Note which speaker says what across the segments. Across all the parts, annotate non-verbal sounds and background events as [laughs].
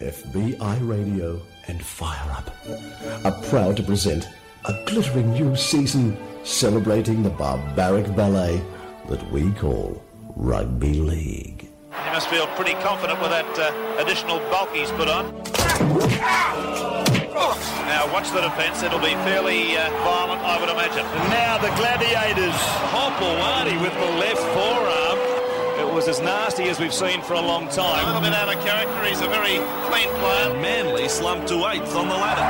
Speaker 1: FBI Radio and Fire Up are proud to present a glittering new season celebrating the barbaric ballet that we call Rugby League.
Speaker 2: He must feel pretty confident with that uh, additional bulk he's put on.
Speaker 3: Oh,
Speaker 2: Now watch the defence. It'll be fairly uh, violent, I would imagine.
Speaker 4: And now the Gladiators. Hopawadi with the left forearm. It was as nasty as we've seen for a long time.
Speaker 2: A little bit out of character. He's a very clean player.
Speaker 5: Manly slumped to eighth on the ladder.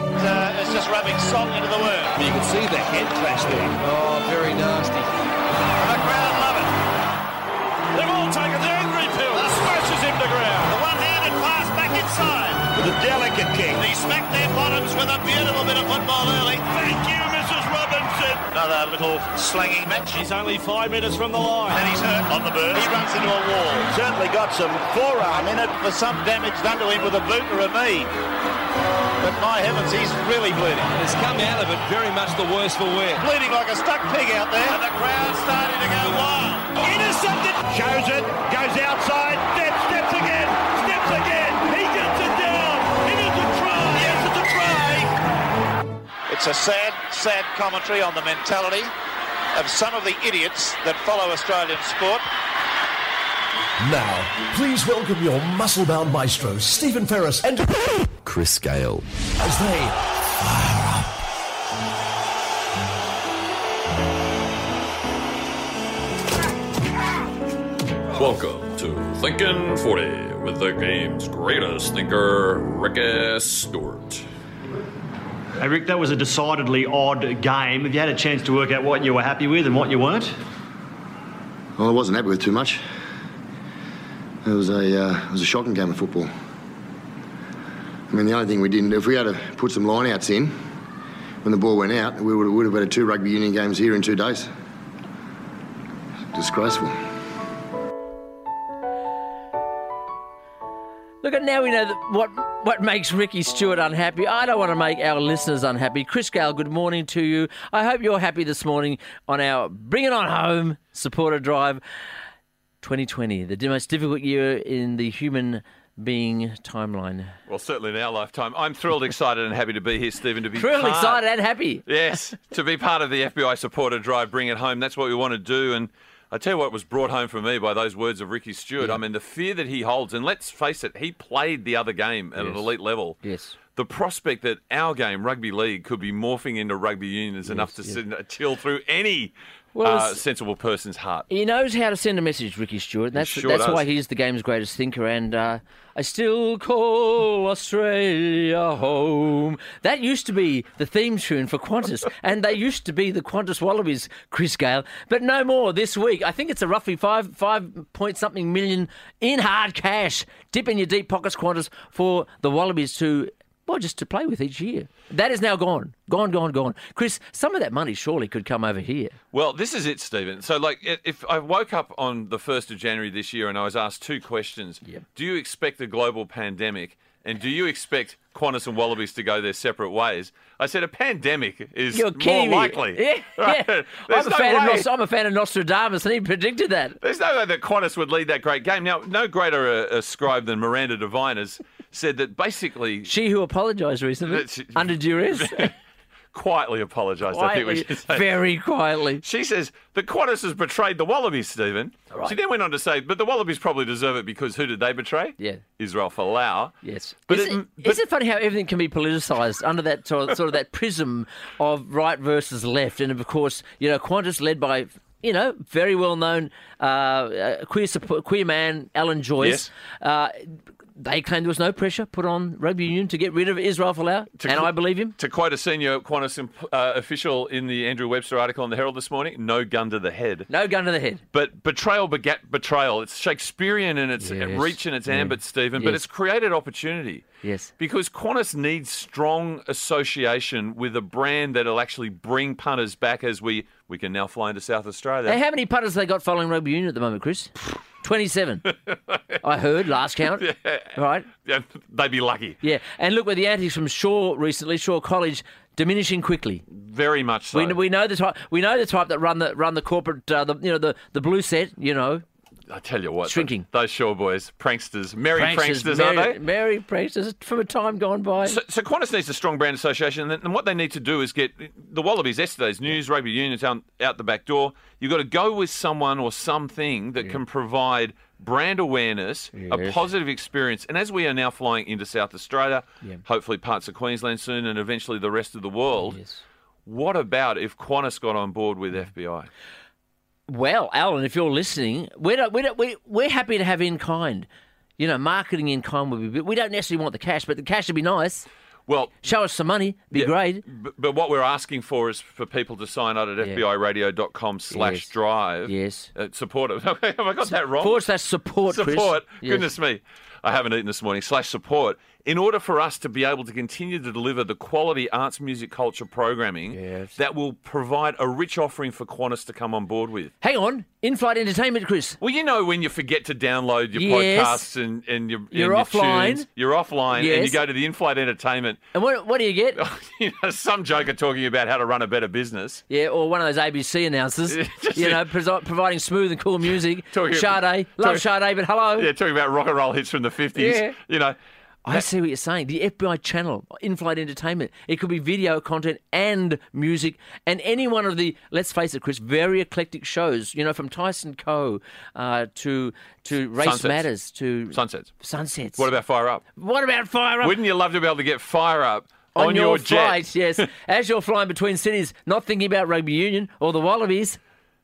Speaker 2: Uh, it's just rubbing salt into the wound.
Speaker 4: You can see the head clash there.
Speaker 3: Oh, very nasty.
Speaker 2: And the crowd love it.
Speaker 4: They've all taken the angry pill. That smashes him to ground.
Speaker 2: The one-handed pass back inside.
Speaker 4: With a delicate kick.
Speaker 2: He smacked their bottoms with a beautiful bit of football early.
Speaker 4: Thank you, Mrs. Robinson.
Speaker 2: Another little slanging match.
Speaker 4: He's only five metres from the line.
Speaker 2: And he's hurt on the bird. He runs into a wall.
Speaker 4: Certainly got some forearm in it for some damage done to him with a boot or a knee.
Speaker 2: But my heavens, he's really bleeding.
Speaker 3: He's come out of it very much the worse for wear.
Speaker 2: Bleeding like a stuck pig out there. And the crowd's starting to go wild.
Speaker 4: Intercepted. Shows it. Goes outside. Steps, steps again. Steps again. He gets it down. It is a try.
Speaker 2: Yes, it's a try. It's a sad, sad commentary on the mentality of some of the idiots that follow Australian sport.
Speaker 1: Now, please welcome your muscle-bound maestro, Stephen Ferris and
Speaker 6: Chris Gale.
Speaker 1: As they fire up.
Speaker 7: Welcome to Thinking 40 with the game's greatest thinker, Rick Stewart.
Speaker 8: Hey, Rick, that was a decidedly odd game. Have you had a chance to work out what you were happy with and what you weren't?
Speaker 9: Well, I wasn't happy with too much. It was a uh, it was a shocking game of football. I mean, the only thing we didn't, if we had to put some lineouts in when the ball went out, we would, would have had two rugby union games here in two days. Disgraceful.
Speaker 10: Look, at now we know that what what makes Ricky Stewart unhappy. I don't want to make our listeners unhappy. Chris Gale, good morning to you. I hope you're happy this morning on our Bring It On Home supporter drive 2020, the most difficult year in the human being timeline.
Speaker 11: Well, certainly in our lifetime. I'm thrilled, excited, and happy to be here, Stephen. To be
Speaker 10: thrilled,
Speaker 11: part,
Speaker 10: excited, and happy.
Speaker 11: Yes, to be part of the FBI supporter drive, bring it home. That's what we want to do, and. I tell you what was brought home for me by those words of Ricky Stewart. I mean, the fear that he holds, and let's face it, he played the other game at an
Speaker 10: Yes.
Speaker 11: elite level.
Speaker 10: Yes.
Speaker 11: The prospect that our game, rugby league, could be morphing into rugby union is enough to send, chill through any
Speaker 10: Well,
Speaker 11: uh,
Speaker 10: it's-
Speaker 11: sensible person's heart.
Speaker 10: He knows how to send a message, Ricky Stewart. And that's
Speaker 11: sure
Speaker 10: that's
Speaker 11: does.
Speaker 10: why he's the game's greatest thinker. And uh, I still call Australia home. That used to be the theme tune
Speaker 11: [laughs]
Speaker 10: for Qantas, and they used to be the Qantas Wallabies, Chris Gale. But no more this week. I think it's a roughly five five point something million in hard cash. Dip in your deep pockets, Qantas, for the Wallabies to. Well, just to play with each year. That is now gone. Gone, gone, gone. Chris, some of that money surely could come over here.
Speaker 11: Well, this is it, Stephen. So, like, i- if I woke up on the 1st of January this year and I was asked two questions Do you expect a global pandemic? And do you expect Qantas and Wallabies to go their separate ways? I said a pandemic is
Speaker 10: You're
Speaker 11: more
Speaker 10: kidding me.
Speaker 11: likely.
Speaker 10: [laughs] Yeah,
Speaker 11: [laughs] Right?
Speaker 10: yeah.
Speaker 11: There's
Speaker 10: I'm, a
Speaker 11: no
Speaker 10: fan of
Speaker 11: way-
Speaker 10: Nos- I'm a fan of Nostradamus, and he predicted that.
Speaker 11: There's no way that Qantas would lead that great game. Now, no greater a, a scribe than Miranda Devine has said that basically
Speaker 10: She who apologised recently
Speaker 11: That's-
Speaker 10: [laughs] under
Speaker 11: [laughs]
Speaker 10: duress,
Speaker 11: quietly apologised. I think we
Speaker 10: Quietly,
Speaker 11: should say.
Speaker 10: very quietly.
Speaker 11: She says the Qantas has betrayed the Wallabies, Stephen. She then went on to say, but the Wallabies probably deserve it because who did they betray?
Speaker 10: Yeah.
Speaker 11: Israel Folau.
Speaker 10: Yes,
Speaker 11: But
Speaker 10: is,
Speaker 11: it-
Speaker 10: it,
Speaker 11: but-
Speaker 10: is it funny how everything can be politicised under that
Speaker 11: [laughs]
Speaker 10: sort of, sort of that prism of right versus left, and of course, you know, Qantas led by you know very well known uh, uh, queer support, queer man Alan Joyce. Uh, they claim there was no pressure put on rugby union to get rid of Israel Folau,
Speaker 11: To
Speaker 10: and
Speaker 11: qu-
Speaker 10: I believe him.
Speaker 11: To quote a senior Qantas imp- uh, official in the Andrew Webster article in the Herald this morning, no gun to the head.
Speaker 10: No gun to the head.
Speaker 11: But betrayal begat betrayal. It's Shakespearean in its
Speaker 10: Yes.
Speaker 11: reach and its
Speaker 10: Yeah.
Speaker 11: ambit, Stephen, but
Speaker 10: Yes.
Speaker 11: it's created opportunity.
Speaker 10: Yes.
Speaker 11: Because Qantas needs strong association with a brand that'll actually bring punters back as we, we can now fly into South Australia.
Speaker 10: Hey, how many punters they got following rugby union at the moment, Chris? Twenty-seven. I heard last count. Right.
Speaker 11: [laughs] Yeah, they'd be lucky.
Speaker 10: Yeah. And look, with the antics from Shaw recently, Shaw College diminishing quickly.
Speaker 11: Very much so.
Speaker 10: We, we know the type. We know the type that run the run the corporate. Uh, the you know the the blue set. You know.
Speaker 11: I tell you what,
Speaker 10: Shrinking.
Speaker 11: Those Shaw boys, pranksters, merry pranksters,
Speaker 10: merry,
Speaker 11: aren't they?
Speaker 10: merry pranksters from a time gone by.
Speaker 11: So, so Qantas needs a strong brand association, and, and what they need to do is get the Wallabies. Yesterday's news, rugby unions out, out the back door. You've got to go with someone or something that can provide brand awareness, a
Speaker 10: Yes.
Speaker 11: positive experience. And as we are now flying into South Australia,
Speaker 10: Yeah.
Speaker 11: hopefully parts of Queensland soon, and eventually the rest of the world. What about if Qantas got on board with FBI?
Speaker 10: Well, Alan, if you're listening, we don't, we don't, we, we're happy to have in kind. You know, marketing in kind would be. We don't necessarily want the cash, but the cash would be nice.
Speaker 11: Well,
Speaker 10: show us some money, be great.
Speaker 11: But, but what we're asking for is for people to sign out at fbiradio.com slash
Speaker 10: Yes.
Speaker 11: drive.
Speaker 10: Yes.
Speaker 11: Uh, support it. [laughs] Have I got that wrong?
Speaker 10: Of course, that's support. Chris.
Speaker 11: Support.
Speaker 10: Yes.
Speaker 11: Goodness me. I haven't eaten this morning. Slash support. In order for us to be able to continue to deliver the quality arts, music, culture programming that will provide a rich offering for Qantas to come on board with.
Speaker 10: Hang on, in-flight entertainment, Chris.
Speaker 11: Well, you know when you forget to download your
Speaker 10: Yes.
Speaker 11: podcasts and, and your, and
Speaker 10: You're
Speaker 11: your
Speaker 10: offline.
Speaker 11: tunes. You're offline and you
Speaker 10: Yes.
Speaker 11: go to the in-flight entertainment. [laughs]
Speaker 10: And what, what do you get?
Speaker 11: You know, some joker talking about how to run a better business.
Speaker 10: Yeah, or one of those ABC announcers.
Speaker 11: Just-
Speaker 10: you know, presi- providing smooth and cool music.
Speaker 11: [laughs] Talking-
Speaker 10: Sade, love
Speaker 11: talking-
Speaker 10: Sade, but hello.
Speaker 11: [laughs] Yeah, talking about rock and roll hits from the 50s.
Speaker 10: Yeah.
Speaker 11: You know,
Speaker 10: I see what you're saying. The FBI channel, in-flight entertainment. It could be video content and music, and any one of the let's face it, Chris, very eclectic shows. You know, from Tyson Co. Uh, to to Race
Speaker 11: Sunsets.
Speaker 10: Matters to
Speaker 11: sunsets.
Speaker 10: Sunsets.
Speaker 11: What about Fire Up?
Speaker 10: what about Fire Up?
Speaker 11: Wouldn't you love to be able to get Fire Up
Speaker 10: on, your,
Speaker 11: jet?
Speaker 10: flight, yes.
Speaker 11: [laughs]
Speaker 10: As you're flying between cities, not thinking about rugby union or the Wallabies,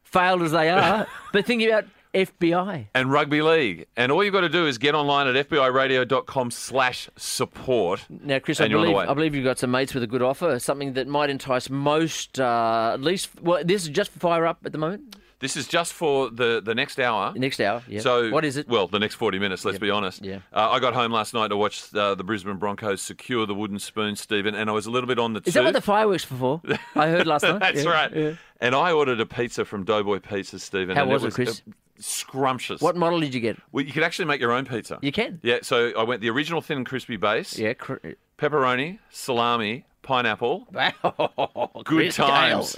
Speaker 10: failed as
Speaker 11: [laughs]
Speaker 10: they are, but thinking about FBI.
Speaker 11: and rugby league. And all you've got to do is get online at fbiradio.com slash support.
Speaker 10: Now, Chris,
Speaker 11: and
Speaker 10: I
Speaker 11: you're on the
Speaker 10: believe
Speaker 11: way.
Speaker 10: I believe you've got some mates with a good offer, something that might entice most, uh, at least. Well, this is just for fire up at the moment.
Speaker 11: This is just for the, the next hour.
Speaker 10: Next hour, yeah.
Speaker 11: So
Speaker 10: what is it?
Speaker 11: Well, the next 40 minutes, let's be honest.
Speaker 10: Yeah.
Speaker 11: Uh, I got home last night to watch uh, the Brisbane Broncos secure the wooden spoon, Stephen, and I was a little bit on the
Speaker 10: Is that what
Speaker 11: tooth.
Speaker 10: the fireworks were for? I
Speaker 11: [laughs]
Speaker 10: heard last night.
Speaker 11: That's
Speaker 10: Yeah,
Speaker 11: right.
Speaker 10: yeah.
Speaker 11: And I ordered a pizza from Doughboy Pizza, Stephen.
Speaker 10: How
Speaker 11: and
Speaker 10: was it, Chris?
Speaker 11: uh, Scrumptious.
Speaker 10: What model did you get?
Speaker 11: Well, you could actually make your own pizza.
Speaker 10: You can.
Speaker 11: Yeah, so I went the original thin and crispy base,
Speaker 10: Yeah. Cr- [laughs]
Speaker 11: pepperoni, salami, pineapple,
Speaker 10: wow.
Speaker 11: good
Speaker 10: Chris Gale. [laughs]
Speaker 11: times.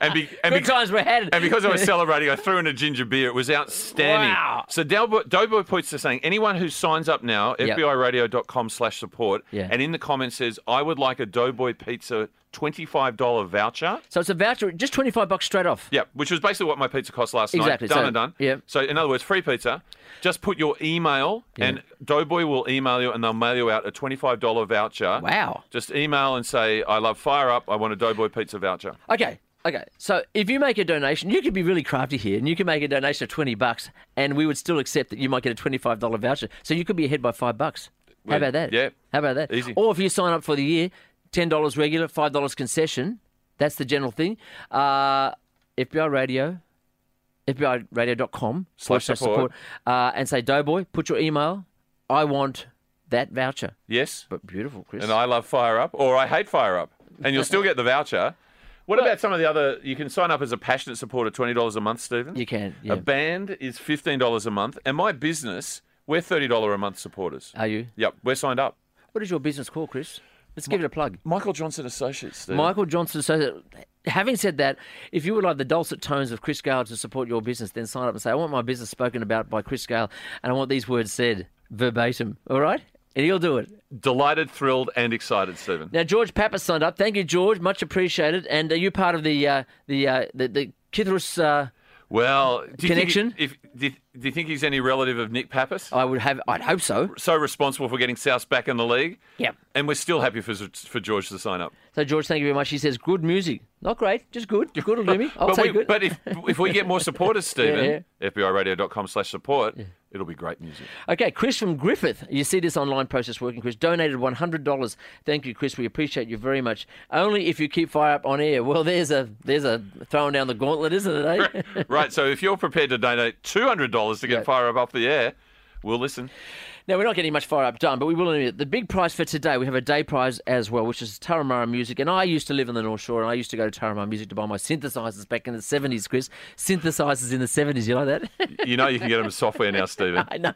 Speaker 11: and, be, and
Speaker 10: Good
Speaker 11: be-
Speaker 10: times were had.
Speaker 11: And
Speaker 10: [laughs]
Speaker 11: because I was celebrating, I threw in a ginger beer. It was outstanding.
Speaker 10: Wow.
Speaker 11: So Doughboy, Doughboy Points are saying anyone who signs up now,
Speaker 10: Yep.
Speaker 11: fbiradio.com slash support,
Speaker 10: Yeah.
Speaker 11: and in the comments says, I would like a Doughboy Pizza $25 voucher.
Speaker 10: So it's a voucher, just twenty five bucks straight off.
Speaker 11: Yeah, which was basically what my pizza cost last
Speaker 10: Exactly,
Speaker 11: night. Done
Speaker 10: so-
Speaker 11: and done.
Speaker 10: yeah.
Speaker 11: So in other words, free pizza. Just put your email, and Doughboy will email you, and they'll mail you out a twenty-five dollar voucher.
Speaker 10: Wow.
Speaker 11: Just email and say, "I love Fire Up. I want a Doughboy pizza voucher."
Speaker 10: Okay. Okay. So if you make a donation, you could be really crafty here and you can make a donation of 20 bucks and we would still accept that you might get a $25 voucher. So you could be ahead by 5 bucks. How
Speaker 11: Yeah,
Speaker 10: about that?
Speaker 11: yeah.
Speaker 10: How about that?
Speaker 11: Easy.
Speaker 10: Or if you sign up for the year, $10 regular, $5 concession. That's the general thing. Uh, FBI Radio, FBIRadio.com
Speaker 11: Slash support.
Speaker 10: Uh, and say, Doughboy, put your email. I want that voucher.
Speaker 11: Yes.
Speaker 10: But beautiful, Chris.
Speaker 11: And I love Fire Up, or I hate Fire Up, and you'll still get the voucher. What about some of the other? You can sign up as a passionate supporter, twenty dollars a month, Stephen.
Speaker 10: You can, yeah.
Speaker 11: A band is fifteen dollars a month, and my business, we're thirty dollar a month supporters.
Speaker 10: Are you?
Speaker 11: Yep, we're signed up.
Speaker 10: What is your business called, Chris? Let's give it a plug.
Speaker 11: Michael Johnson Associates, Stephen.
Speaker 10: Michael Johnson. So, having said that, if you would like the dulcet tones of Chris Gale to support your business, then sign up and say, I want my business spoken about by Chris Gale and I want these words said verbatim. All right? And he'll do it.
Speaker 11: Delighted, thrilled, and excited, Stephen.
Speaker 10: Now, George Pappas signed up. Thank you, George. Much appreciated. And are you part of the uh, the, uh, the the Kithrus? Uh,
Speaker 11: Well, do you
Speaker 10: Connection? Oh.
Speaker 11: Think, if, do, you, do you think he's any relative of Nick Pappas?
Speaker 10: I would have. I'd hope so.
Speaker 11: so responsible for getting South back in the league.
Speaker 10: Yep.
Speaker 11: And we're still happy for for George to sign up.
Speaker 10: So, George, thank you very much. He says, "Good music, not great, just good. Good will
Speaker 11: [laughs]
Speaker 10: do me. I'll
Speaker 11: but
Speaker 10: take
Speaker 11: we,
Speaker 10: good."
Speaker 11: but if if we get more
Speaker 10: [laughs]
Speaker 11: supporters, Stephen,
Speaker 10: yeah.
Speaker 11: fbiradio.com slash support, it'll be great music.
Speaker 10: Okay, Chris from Griffith. You see this online process working, Chris. Donated $100. Thank you, Chris. We appreciate you very much. Only if you keep Fire Up on air. Well, there's a there's a throwing down the gauntlet, isn't it, eh? [laughs]
Speaker 11: right. So if you're prepared to donate two hundred dollars to get
Speaker 10: Right.
Speaker 11: Fire Up off the air, we'll listen.
Speaker 10: Now, we're not getting much fire up done, but we will. admit it. The big prize for today, we have a day prize as well, which is Taramara Music. And I used to live on the North Shore, and I used to go to Taramara Music to buy my synthesizers back in the 70s, Chris. Synthesizers in the 70s, you like that?
Speaker 11: You know you can get them as software
Speaker 10: [laughs]
Speaker 11: now, [laughs] Stephen.
Speaker 10: I know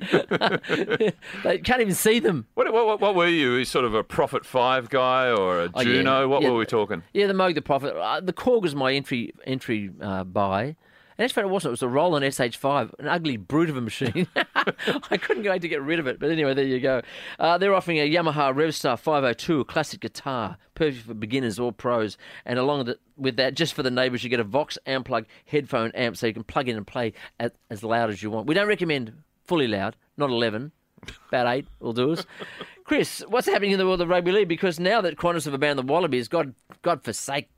Speaker 10: that. [laughs] they can't even see them.
Speaker 11: What, what, what were you? Sort of a Prophet Five guy or a
Speaker 10: Oh, yeah.
Speaker 11: Juno? What
Speaker 10: Yeah.
Speaker 11: were we talking?
Speaker 10: Yeah, the Moog the Prophet. Uh, the Korg was my entry entry uh, buy, And in fact, it wasn't. It was a Roland SH5, an ugly brute of a machine. [laughs] I couldn't wait to get rid of it. But anyway, there you go. Uh, they're offering a Yamaha Revstar 502, a classic guitar, perfect for beginners or pros. And along with, it, with that, just for the neighbours, you get a Vox Amplug headphone amp so you can plug in and play at, as loud as you want. We don't recommend fully loud, not 11, about 8 will do us. Chris, what's happening in the world of rugby league? Because now that Qantas have banned the Wallabies, God, God forsake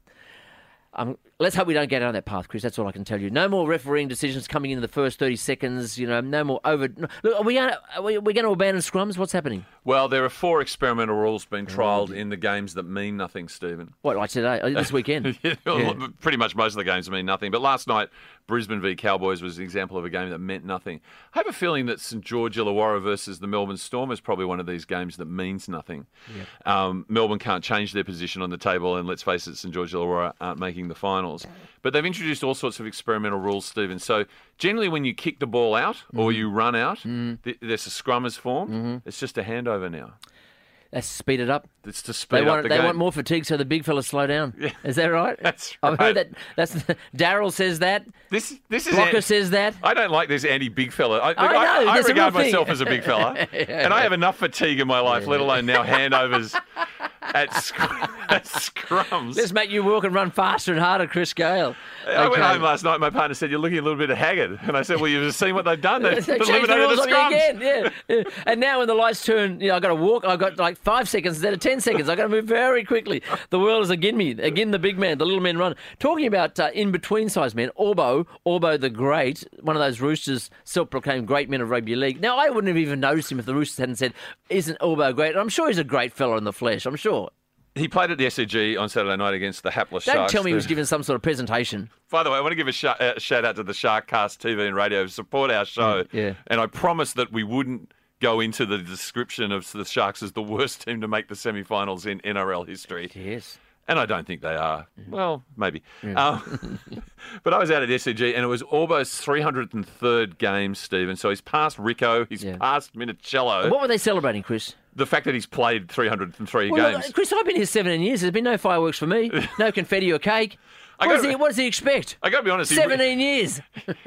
Speaker 10: um, let's hope we don't get down that path, Chris. That's all I can tell you. No more refereeing decisions coming in the first thirty seconds. You know, no more over. No, look, are we going to we, we going to abandon scrums? What's happening?
Speaker 11: Well, there are four experimental rules being trialled in the games that mean nothing, Stephen. [laughs]
Speaker 10: What like today, uh, this weekend?
Speaker 11: yeah, well, yeah. Pretty much most of the games mean nothing. But last night, Brisbane v Cowboys was an example of a game that meant nothing. I have a feeling that St George Illawarra versus the Melbourne Storm is probably one of these games that means nothing. Yep. Um, Melbourne can't change their position on the table, and let's face it, St George Illawarra aren't making the finals. But they've introduced all sorts of experimental rules, Stephen. So generally, when you kick the ball out mm-hmm. or you run out, mm-hmm. th- there's a scrum is formed. Mm-hmm. It's just a handover now.
Speaker 10: That's speed it up.
Speaker 11: It's to speed
Speaker 10: they want,
Speaker 11: up the
Speaker 10: They
Speaker 11: game.
Speaker 10: want more fatigue, so the big fellas slow down. Yeah. Is that right?
Speaker 11: [laughs] That's
Speaker 10: I've
Speaker 11: right.
Speaker 10: heard that. That's [laughs] Daryl says that.
Speaker 11: This this is
Speaker 10: Blocker
Speaker 11: an,
Speaker 10: says that.
Speaker 11: I don't like this anti big fella. I,
Speaker 10: I know,
Speaker 11: I, I
Speaker 10: that's a
Speaker 11: regard
Speaker 10: real thing.
Speaker 11: myself as a big
Speaker 10: [laughs]
Speaker 11: fella,
Speaker 10: Yeah,
Speaker 11: and I have enough fatigue in my life, let alone now
Speaker 10: [laughs]
Speaker 11: handovers at, sc- at scrums.
Speaker 10: Let's make you walk and run faster and harder, Chris Gale.
Speaker 11: I went
Speaker 10: Okay.
Speaker 11: home last night. My partner said, "You're looking a little bit haggard," and I said, "Well, you've seen what they've
Speaker 10: [laughs]
Speaker 11: done. They've
Speaker 10: They changed the
Speaker 11: eliminated
Speaker 10: rules
Speaker 11: the
Speaker 10: on you
Speaker 11: scrums."
Speaker 10: again. Yeah. yeah. [laughs] And now when the lights turn, you know, I've got to walk. I've got like five seconds instead of 10 seconds. I've got to move very quickly. The world is again me. Again, the big man, the little men run. Talking about uh, in between size men, Orbo, Orbo the Great, one of those Roosters self proclaimed great men of rugby league. Now, I wouldn't have even noticed him if the Roosters hadn't said, Isn't Orbo great? And I'm sure he's a great fella in the flesh. I'm sure.
Speaker 11: He played at the SCG on Saturday night against the hapless
Speaker 10: Don't
Speaker 11: Sharks.
Speaker 10: tell me he
Speaker 11: the-
Speaker 10: was given some sort of presentation.
Speaker 11: By the way, I want to give a sh- uh, shout out to the Sharkcast TV and radio who support our show.
Speaker 10: Mm, yeah.
Speaker 11: And I promised that we wouldn't go into the description of the Sharks as the worst team to make the semi-finals in NRL history.
Speaker 10: Yes.
Speaker 11: And I don't think they are.
Speaker 10: Mm-hmm.
Speaker 11: Well, maybe. Um, [laughs] but I was out at SCG and it was almost 303rd game, Stephen. So he's past Rico, he's
Speaker 10: Yeah.
Speaker 11: past Minicello.
Speaker 10: What were they celebrating, Chris?
Speaker 11: The fact that he's played 303
Speaker 10: Well,
Speaker 11: games.
Speaker 10: look, Chris, I've been here 17 years. There's been no fireworks
Speaker 11: [laughs]
Speaker 10: for me, no confetti or cake.
Speaker 11: I Uh,
Speaker 10: What does,
Speaker 11: gotta-
Speaker 10: he, what does he expect?
Speaker 11: I got to be honest, he re-
Speaker 10: 17 years.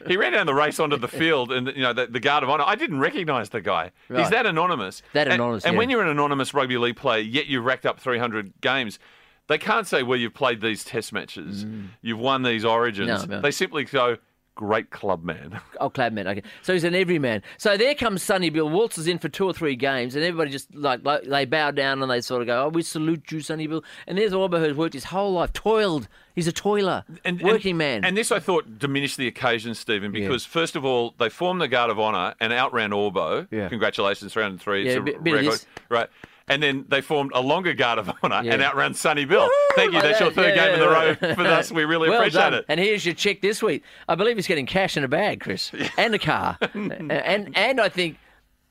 Speaker 11: he ran down the race onto
Speaker 10: [laughs]
Speaker 11: the field, and you know the, the guard of honor. I didn't recognise the guy. He's
Speaker 10: Right.
Speaker 11: that anonymous.
Speaker 10: That
Speaker 11: And-
Speaker 10: anonymous,
Speaker 11: And
Speaker 10: yeah.
Speaker 11: when you're an anonymous rugby league player, yet you've racked up 300 games. They can't say well, you've played these test matches, you've won these origins.
Speaker 10: Mm. No, no.
Speaker 11: They simply go, great club man.
Speaker 10: Oh, Cladman. Okay. So he's an everyman. So there comes Sonny Bill. Walters in for two or three games, and everybody just like, like they bow down and they sort of go, "Oh, we salute you, Sonny Bill." And there's Orbo who's worked his whole life, toiled. He's a toiler, working man.
Speaker 11: And this I thought diminished the occasion, Stephen, because first of all, they formed the guard of honor and outran Orbo.
Speaker 10: Yeah.
Speaker 11: Congratulations, round three.
Speaker 10: Yeah,
Speaker 11: it's a
Speaker 10: bit- bit of
Speaker 11: record.
Speaker 10: this.
Speaker 11: Right. And then they formed a longer guard of honor and
Speaker 10: Yeah.
Speaker 11: outran Sonny Bill. Thank you.
Speaker 10: Like
Speaker 11: That's your
Speaker 10: that.
Speaker 11: third
Speaker 10: Yeah,
Speaker 11: game in the
Speaker 10: yeah,
Speaker 11: row
Speaker 10: yeah.
Speaker 11: for us. We really
Speaker 10: [laughs] Well
Speaker 11: appreciate
Speaker 10: done.
Speaker 11: it.
Speaker 10: And here's your check this week. I believe he's getting cash in a
Speaker 11: [laughs]
Speaker 10: bag, Chris, and a car, and, and I think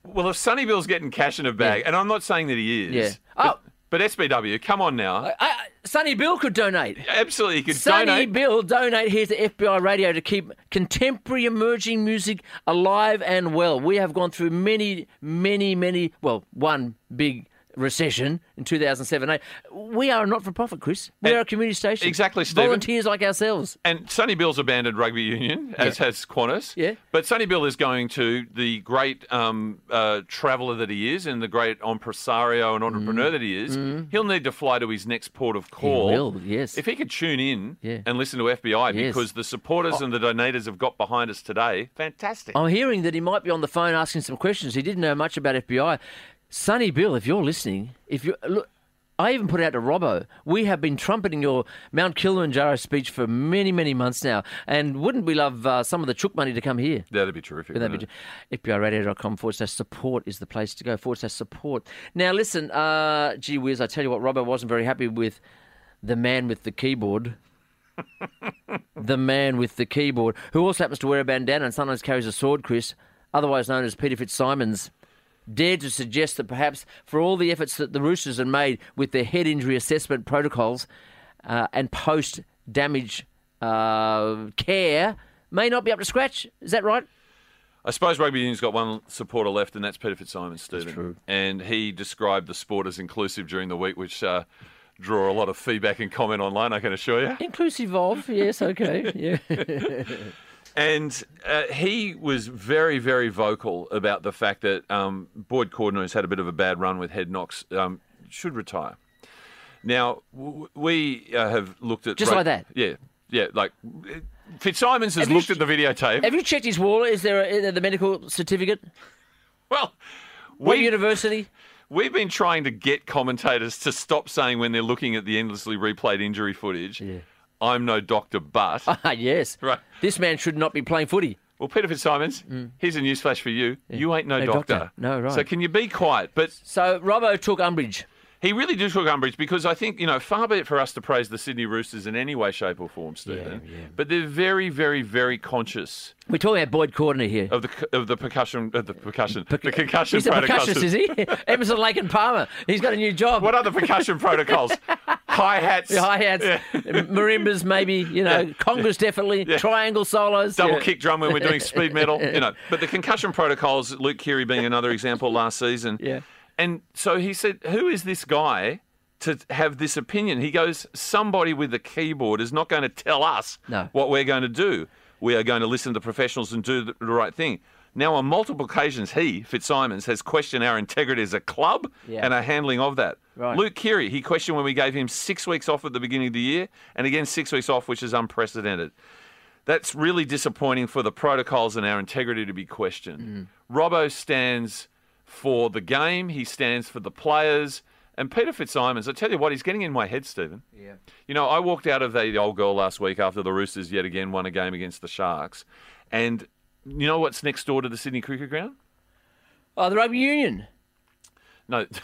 Speaker 11: Well, if Sonny Bill's getting cash in a bag,
Speaker 10: Yeah.
Speaker 11: and I'm not saying that he is.
Speaker 10: Yeah. Oh.
Speaker 11: But, but SBW, come on now.
Speaker 10: I, Uh, Sonny Bill could donate.
Speaker 11: Absolutely, you could
Speaker 10: Sonny
Speaker 11: donate.
Speaker 10: Bill donate here to FBI Radio to keep contemporary emerging music alive and well. We have gone through many, many, many. Well, one big recession in 2007-8. We are a not-for-profit, Chris. We
Speaker 11: And-
Speaker 10: are a community station.
Speaker 11: Exactly, Stephen.
Speaker 10: Volunteers like ourselves.
Speaker 11: And Sonny Bill's abandoned rugby union, as has Qantas.
Speaker 10: Yeah.
Speaker 11: But Sonny Bill is going to the great um, uh, traveller that he is and the great impresario and entrepreneur
Speaker 10: Mm.
Speaker 11: that he is. He'll need to fly to his next port of call.
Speaker 10: will, yes.
Speaker 11: If he could tune in
Speaker 10: Yeah.
Speaker 11: and listen to FBI
Speaker 10: Yes. Oh.
Speaker 11: because the supporters and the donators have got behind us today, fantastic.
Speaker 10: I'm hearing that he might be on the phone asking some questions. He didn't know much about FBI. Sonny Bill, if you're listening, if you look, I even put it out to Robbo. We have been trumpeting your Mount Kilimanjaro speech for many, many months now, and wouldn't we love uh, some of the chook money to come here?
Speaker 11: That'd be terrific.
Speaker 10: Wouldn't that be FBIRadio.com forward slash support is the place to go. Forward slash support. Now, listen, uh, gee whiz, I tell you what, Robbo wasn't very happy with the man with the keyboard. the man with the keyboard, who also happens to wear a bandana and sometimes carries a sword, Chris, otherwise known as Peter Fitzsimons. Dared to suggest that perhaps for all the efforts that the Roosters had made with their head injury assessment protocols uh, and post damage uh, care may not be up to scratch. Is that right?
Speaker 11: I suppose rugby union's got one supporter left, and that's Peter Fitzsimons, Stephen. And he described the sport as inclusive during the week, which uh, draw a lot of feedback and comment online. I can assure you. [laughs]
Speaker 10: Inclusive of, yes, okay. Yeah.
Speaker 11: And uh, he was very, very vocal about the fact that um, Boyd Cordner, who's had a bit of a bad run with head knocks, um, should retire. Now, w- we uh, have looked at.
Speaker 10: Just like that?
Speaker 11: Yeah. Yeah. Like, uh, Fitzsimons has
Speaker 10: you
Speaker 11: looked
Speaker 10: ch-
Speaker 11: at the videotape.
Speaker 10: Have you checked his wall? Is there, a, is there the medical certificate?
Speaker 11: Well,
Speaker 10: What
Speaker 11: we-
Speaker 10: university? [laughs]
Speaker 11: We've been trying to get commentators to stop saying when they're looking at the endlessly replayed injury footage, I'm no doctor, but.
Speaker 10: Ah, yes.
Speaker 11: Right.
Speaker 10: This man should not be playing footy.
Speaker 11: Well, Peter Fitzsimons, here's a newsflash for you. You ain't no,
Speaker 10: Mm. No
Speaker 11: doctor.
Speaker 10: doctor. No, right.
Speaker 11: So can you be quiet? But
Speaker 10: So Robbo took umbrage.
Speaker 11: he really did took umbrage because I think, you know, far be it for us to praise the Sydney Roosters in any way, shape or form, Stephen. But they're very, very, very conscious
Speaker 10: We're talking about Boyd Cordner here.
Speaker 11: of the of the percussion of the percussion. the concussion
Speaker 10: He's a
Speaker 11: protocols.
Speaker 10: percussionist, is he? [laughs] Emerson Lake and Palmer. He's got a new job.
Speaker 11: What other percussion
Speaker 10: [laughs]
Speaker 11: protocols? Hi hats.
Speaker 10: Hi hats,
Speaker 11: Yeah.
Speaker 10: [laughs] marimbas, maybe you know, congas definitely, triangle solos,
Speaker 11: double
Speaker 10: yeah.
Speaker 11: kick drum when we're doing speed metal,
Speaker 10: [laughs]
Speaker 11: you know. But the concussion protocols, Luke Keary being another example last season.
Speaker 10: Yeah.
Speaker 11: And so he said, Who is this guy to have this opinion? He goes, Somebody with a keyboard is not going to tell us
Speaker 10: No.
Speaker 11: what we're going to do. We are going to listen to professionals and do the the right thing. Now, on multiple occasions, he, Fitzsimons, has questioned our integrity as a club
Speaker 10: Yeah.
Speaker 11: and our handling of that.
Speaker 10: Right.
Speaker 11: Luke Keary, he questioned when we gave him six weeks off at the beginning of the year, and again, six weeks off, which is unprecedented. That's really disappointing for the protocols and our integrity to be questioned. Robbo stands for the game, he stands for the players. And Peter Fitzsimons, I tell you what, he's getting in my head, Stephen. Yeah. You know, I walked out of the old girl last week after the Roosters yet again won a game against the Sharks. And you know what's next door to the Sydney Cricket Ground?
Speaker 10: Oh, the rugby union.
Speaker 11: No, [laughs]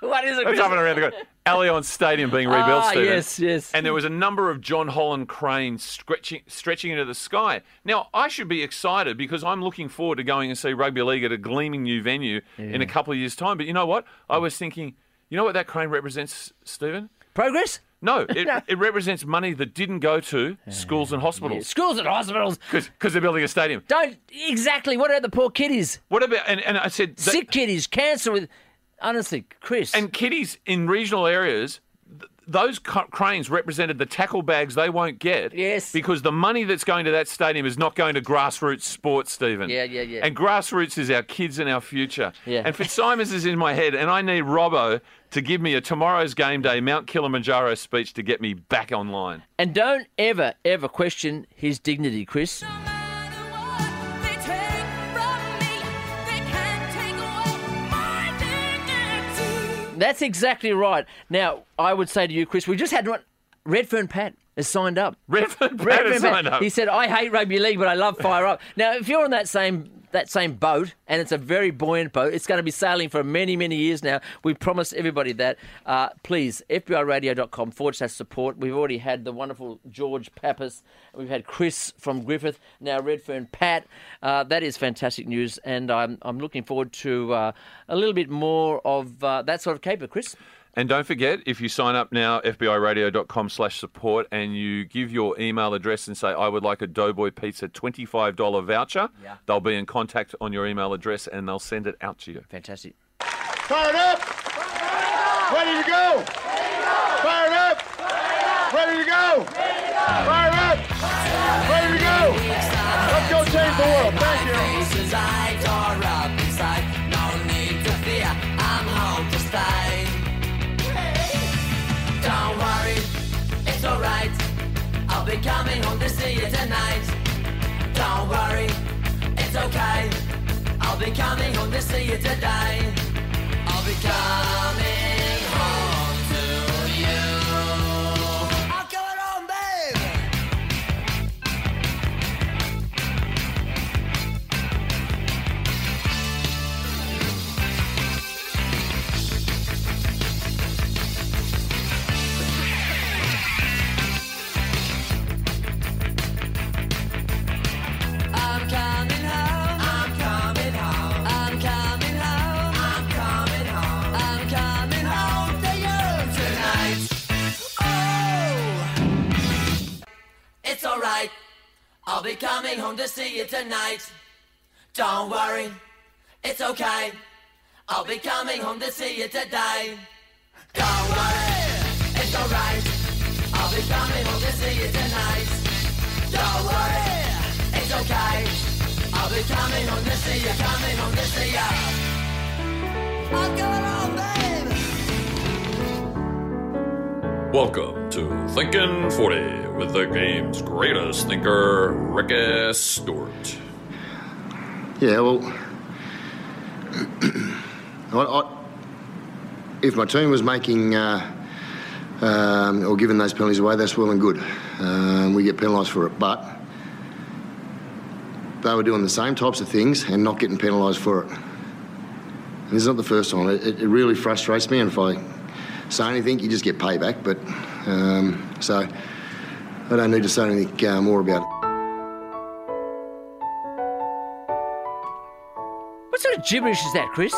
Speaker 10: What is it?
Speaker 11: It's
Speaker 10: Chris?
Speaker 11: up and around the ground. Allianz Stadium being rebuilt,
Speaker 10: Ah,
Speaker 11: Stephen.
Speaker 10: yes, yes.
Speaker 11: And there was a number of John Holland cranes stretching, stretching into the sky. Now, I should be excited because I'm looking forward to going and see rugby league at a gleaming new venue in a couple of years' time. But you know what? I was thinking, you know what that crane represents, Stephen?
Speaker 10: Progress.
Speaker 11: No, it, it represents money that didn't go to schools and hospitals
Speaker 10: Schools and hospitals.
Speaker 11: because they're building a stadium.
Speaker 10: Don't exactly. What about the poor kiddies?
Speaker 11: What about, and, and I said, that-
Speaker 10: Sick kiddies, cancer with. Honestly, Chris.
Speaker 11: And kiddies in regional areas, th- those cr- cranes represented the tackle bags they won't get.
Speaker 10: Yes.
Speaker 11: Because the money that's going to that stadium is not going to grassroots sports, Stephen.
Speaker 10: Yeah, yeah, yeah.
Speaker 11: And grassroots is our kids and our future.
Speaker 10: Yeah. [laughs]
Speaker 11: And Fitzsimons is in my head, and I need Robbo to give me a tomorrow's game day Mount Kilimanjaro speech to get me back online.
Speaker 10: And don't ever, ever question his dignity, Chris. That's exactly right. Now, I would say to you, Chris, we just had one. Redfern Pat has signed up.
Speaker 11: Redfern Pat
Speaker 10: Redfern
Speaker 11: has signed up.
Speaker 10: He said, "I hate rugby league, but I love fire up." Now, if you're on that same that same boat, and it's a very buoyant boat, it's going to be sailing for many, many years now. We promised everybody that. Uh, please, fbiradio.com forward slash support. We've already had the wonderful George Pappas. We've had Chris from Griffith. Now Redfern Pat. Uh, that is fantastic news, and I'm I'm looking forward to uh, a little bit more of uh, that sort of caper, Chris.
Speaker 11: And don't forget, if you sign up now, fbiradio.com slash support, and you give your email address and say, I would like a Doughboy Pizza $25 voucher, they'll be in contact on your email address and they'll send it out to you.
Speaker 10: Fantastic.
Speaker 4: Fired up! Ready to go! Fired up! Ready to go! Fired up! Ready to go! Let's go change the world. Thank you.
Speaker 6: Don't worry, it's alright. I'll be coming home to see you tonight. Don't worry, it's okay. I'll be coming home to see you today. I'll be coming home to you. I'm coming home, babe. I'm coming home. I'm coming home. I'm coming home. I'm coming home. I'm coming home to you tonight. Oh, it's alright. I'll be coming home to see you tonight. Don't worry, it's okay. I'll be coming home to see you today. Don't worry, it's alright. I'll be coming home to see you tonight. Don't worry, it's okay. I'll be coming home this year, coming home this year. I'm coming home, babe.
Speaker 7: Welcome to Thinking 40 with the game's greatest thinker, Ricky Stewart.
Speaker 9: Yeah, well, [clears throat] I, I, if my team was making uh, um, or giving those penalties away, that's well and good. Um, we get penalised for it, but they were doing the same types of things and not getting penalised for it. And this is not the first time. It, it, it really frustrates me, and if I say anything, you just get payback. But um, so I don't need to say anything uh, more about it.
Speaker 10: What sort of gibberish is that, Chris?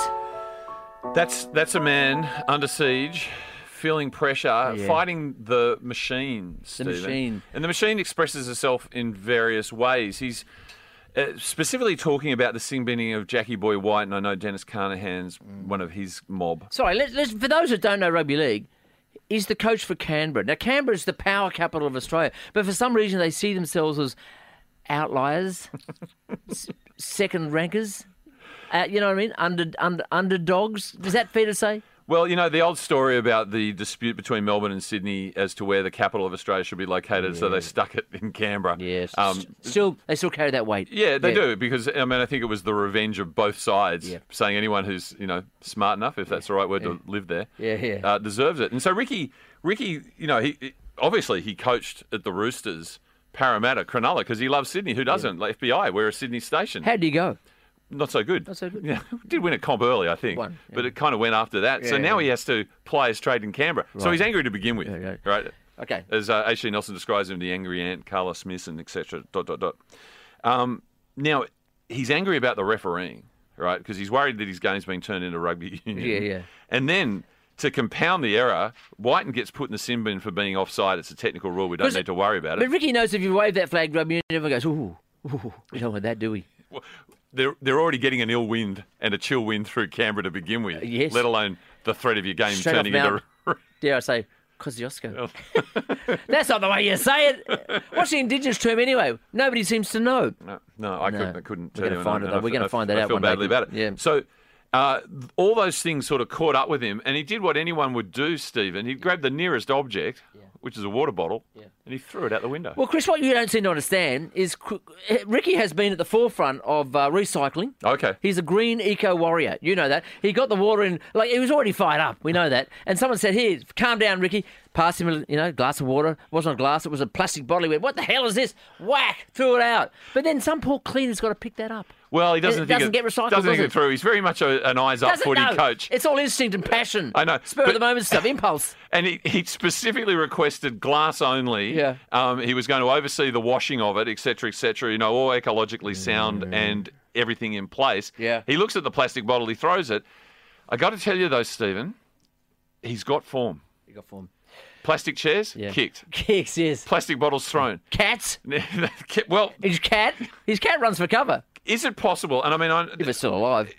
Speaker 11: That's that's a man under siege, feeling pressure, fighting the machine. Stephen.
Speaker 10: machine.
Speaker 11: and the machine expresses itself in various ways. He's uh, specifically talking about the sing binning of Jackie Boy White, and I know Dennis Carnahan's
Speaker 10: Mm.
Speaker 11: one of his mob.
Speaker 10: Sorry, let, let's, for those that don't know rugby league, he's the coach for Canberra. Now, Canberra is the power capital of Australia, but for some reason they see themselves as outliers, s- second rankers. Uh, you know what I mean? Under, under underdogs. Is that fair to say?
Speaker 11: Well, you know the old story about the dispute between Melbourne and Sydney as to where the capital of Australia should be located, so they stuck it in Canberra.
Speaker 10: Yes.
Speaker 11: Um,
Speaker 10: Still, they still carry that weight.
Speaker 11: Yeah, they do because I mean I think it was the revenge of both sides,
Speaker 10: Yeah.
Speaker 11: saying anyone who's you know smart enough, if that's the right word to live there,
Speaker 10: Yeah, yeah.
Speaker 11: Uh, deserves it. And so Ricky, Ricky, you know he he- obviously he coached at the Roosters, Parramatta, Cronulla because he loves Sydney. Who doesn't? Like FBI, we're a Sydney station.
Speaker 10: How do you go?
Speaker 11: Not so good.
Speaker 10: Not so good.
Speaker 11: Yeah, [laughs] did win a comp early, I think,
Speaker 10: Won,
Speaker 11: but it kind of went after that. so
Speaker 10: Yeah,
Speaker 11: now
Speaker 10: yeah.
Speaker 11: he has to play his trade in Canberra. So
Speaker 10: Right.
Speaker 11: he's angry to begin with, right?
Speaker 10: Okay.
Speaker 11: As uh, H.G. Nelson describes him, the angry ant, Carlos Smith, and etc. Dot dot dot. Um, now he's angry about the refereeing, right? Because he's worried that his game's been turned into rugby [laughs] union.
Speaker 10: Yeah, yeah.
Speaker 11: And then to compound the error, Whiten gets put in the sin bin for being offside. It's a technical rule. We don't
Speaker 10: Was it-
Speaker 11: need to worry about it.
Speaker 10: But Ricky knows if you wave that flag, rugby union, everyone goes, ooh, ooh, we don't want that, do we?
Speaker 11: they're, they're already getting an ill wind and a chill wind through Canberra to begin with,
Speaker 10: yes.
Speaker 11: let alone the threat of your game
Speaker 10: Straight off
Speaker 11: turning
Speaker 10: Mount,
Speaker 11: into. [laughs]
Speaker 10: dare I say, Kosciuszko.
Speaker 11: Oh.
Speaker 10: [laughs] That's not the way you say it. What's the indigenous term anyway? Nobody seems to know.
Speaker 11: No, no, I
Speaker 10: No.
Speaker 11: couldn't. I couldn't
Speaker 10: We're
Speaker 11: tell
Speaker 10: gonna
Speaker 11: you.
Speaker 10: find
Speaker 11: and
Speaker 10: it
Speaker 11: I-
Speaker 10: out. We're
Speaker 11: I-
Speaker 10: gonna
Speaker 11: I-
Speaker 10: find that
Speaker 11: I
Speaker 10: out
Speaker 11: feel
Speaker 10: one day,
Speaker 11: badly about it.
Speaker 10: yeah.
Speaker 11: So, uh, th- all those things sort of caught up with him, and he did what anyone would do, Stephen. He grabbed the nearest object, which is a water bottle, and he threw it out the window.
Speaker 10: Well, Chris, what you don't seem to understand is Qu- Ricky has been at the forefront of uh, recycling.
Speaker 11: okay.
Speaker 10: He's a green eco warrior. You know that. He got the water in, like, he was already fired up. We know that. And someone said, Here, calm down, Ricky. Pass him, a, you know, glass of water. It wasn't a glass, it was a plastic bottle. He went, What the hell is this? Whack! Threw it out. But then some poor cleaner's got to pick that up.
Speaker 11: Well, he doesn't
Speaker 10: It
Speaker 11: think
Speaker 10: doesn't
Speaker 11: it,
Speaker 10: get recycled,
Speaker 11: Doesn't
Speaker 10: does
Speaker 11: think
Speaker 10: it?
Speaker 11: it through. He's very much a, an eyes up
Speaker 10: Doesn't
Speaker 11: footy
Speaker 10: know.
Speaker 11: coach.
Speaker 10: It's all instinct and passion.
Speaker 11: I know,
Speaker 10: Spur
Speaker 11: but-
Speaker 10: of the moment stuff, impulse.
Speaker 11: And he, he specifically requested glass only.
Speaker 10: Yeah.
Speaker 11: Um, he was going to oversee the washing of it, et cetera, et cetera, you know, all ecologically sound and everything in place.
Speaker 10: Mm. Yeah.
Speaker 11: He looks at the plastic bottle, he throws it. I got to tell you, though, Stephen, he's got form.
Speaker 10: You got form.
Speaker 11: Plastic chairs,
Speaker 10: Yeah.
Speaker 11: kicked.
Speaker 10: Kicks, yes.
Speaker 11: Plastic bottles thrown. [laughs]
Speaker 10: Cats.
Speaker 11: well,
Speaker 10: His cat. His cat runs for cover.
Speaker 11: is it possible? And I mean, I,
Speaker 10: If it's still alive.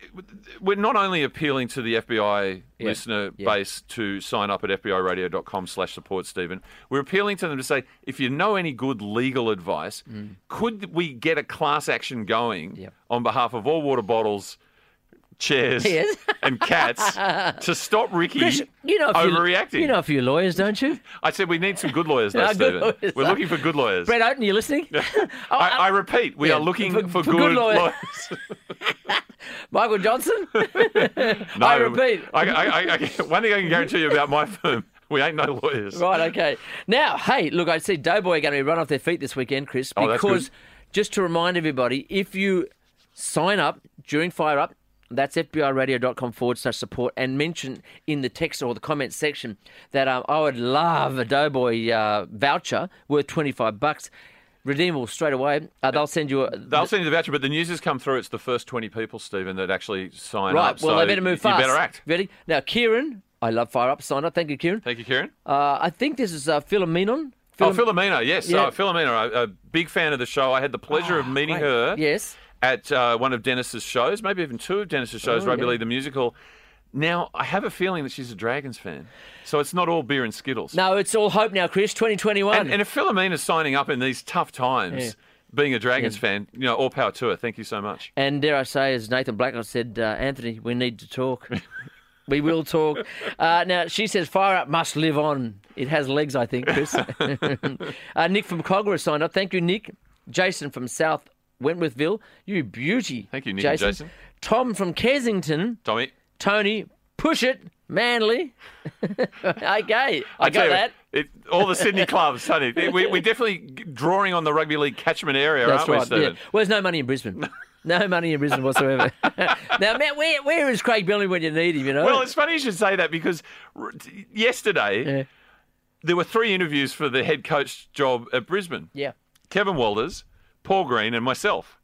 Speaker 11: we're not only appealing to the FBI
Speaker 10: Yeah,
Speaker 11: listener
Speaker 10: yeah.
Speaker 11: base to sign up at fbiradio.com slash support, Stephen. We're appealing to them to say, if you know any good legal advice,
Speaker 10: Mm.
Speaker 11: could we get a class action going
Speaker 10: Yeah.
Speaker 11: on behalf of all water bottles, chairs,
Speaker 10: [laughs] Yes.
Speaker 11: and cats to stop Ricky
Speaker 10: Chris, you know a few,
Speaker 11: overreacting?
Speaker 10: You know a few lawyers, don't you?
Speaker 11: I said we need some good lawyers, though,
Speaker 10: Yeah, [laughs] good
Speaker 11: Stephen.
Speaker 10: lawyers.
Speaker 11: We're looking for good lawyers.
Speaker 10: Brett Oaten, you listening?
Speaker 11: [laughs]
Speaker 10: Oh,
Speaker 11: I, I repeat, we
Speaker 10: yeah,
Speaker 11: are looking
Speaker 10: for-
Speaker 11: for,
Speaker 10: for
Speaker 11: good,
Speaker 10: good lawyers.
Speaker 11: lawyers. [laughs]
Speaker 10: Michael Johnson?
Speaker 11: No,
Speaker 10: [laughs] I repeat.
Speaker 11: I, I, I, [laughs] I- one thing I can guarantee you about my firm, we ain't no
Speaker 10: [laughs]
Speaker 11: lawyers.
Speaker 10: Right, okay. Now, hey, look, I see Doughboy are going to be run off their feet this weekend, Chris,
Speaker 11: Oh, that's
Speaker 10: because just to remind everybody, if you sign up during Fire Up, that's fbiradio.com forward slash support, and mention in the text or the comments section that um, I would love a Doughboy uh, voucher worth 25 bucks. Redeemable straight away. Uh, they'll send you a.
Speaker 11: They'll send you the voucher, but the news has come through. It's the first 20 people, Stephen, that actually sign
Speaker 10: right,
Speaker 11: up.
Speaker 10: well,
Speaker 11: so
Speaker 10: they better move
Speaker 11: you
Speaker 10: fast.
Speaker 11: better act.
Speaker 10: Ready? Now, Kieran, I love Fire Up, sign up. Thank you, Kieran.
Speaker 11: Thank you, Kieran.
Speaker 10: Uh, I think this is uh, Philomena.
Speaker 11: Oh, Philomena, yes.
Speaker 10: Yeah. Ah,
Speaker 11: Uh, Philomena, a, a big fan of the show. I had the pleasure of meeting her
Speaker 10: Yes.
Speaker 11: at uh, one of Dennis's shows, maybe even two of Dennis's shows,
Speaker 10: Oh,
Speaker 11: Rugby
Speaker 10: yeah.
Speaker 11: League the Musical. Now, I have a feeling that she's a Dragons fan. So it's not all beer and Skittles.
Speaker 10: No, it's all hope now, Chris, 2021.
Speaker 11: And, and if Philomena's signing up in these tough times,
Speaker 10: Yeah.
Speaker 11: being a Dragons
Speaker 10: Yeah.
Speaker 11: fan, you know, all power to her. Thank you so much.
Speaker 10: And dare I say, as Nathan Blacklock said, uh, Anthony, we need
Speaker 11: [laughs]
Speaker 10: to talk. we will talk. Uh, now, she says, Fire Up must live on. It has legs, I think,
Speaker 11: [laughs]
Speaker 10: Chris. uh, Nick from Cogra signed up. Thank you, Nick. Jason from South Wentworthville. You beauty. Thank
Speaker 11: you, Nick and
Speaker 10: Jason.
Speaker 11: Jason.
Speaker 10: Tom from Kensington.
Speaker 11: Tommy.
Speaker 10: Tony, push it. Manly. [laughs] okay, I
Speaker 11: tell
Speaker 10: got
Speaker 11: you,
Speaker 10: that.
Speaker 11: It, all the
Speaker 10: [laughs]
Speaker 11: Sydney clubs, honey. We, we're definitely drawing on the rugby league catchment area,
Speaker 10: That's
Speaker 11: aren't
Speaker 10: right.
Speaker 11: we, Stephen?
Speaker 10: yeah. Well, there's no money in Brisbane. No money in
Speaker 11: [laughs]
Speaker 10: Brisbane whatsoever. now, Matt, where, where is Craig Bellamy when you need him, you know?
Speaker 11: Well, it's funny you should say that because r- t- yesterday there were three interviews for the head coach job at Brisbane.
Speaker 10: Yeah.
Speaker 11: Kevin Walters, Paul Green, and myself.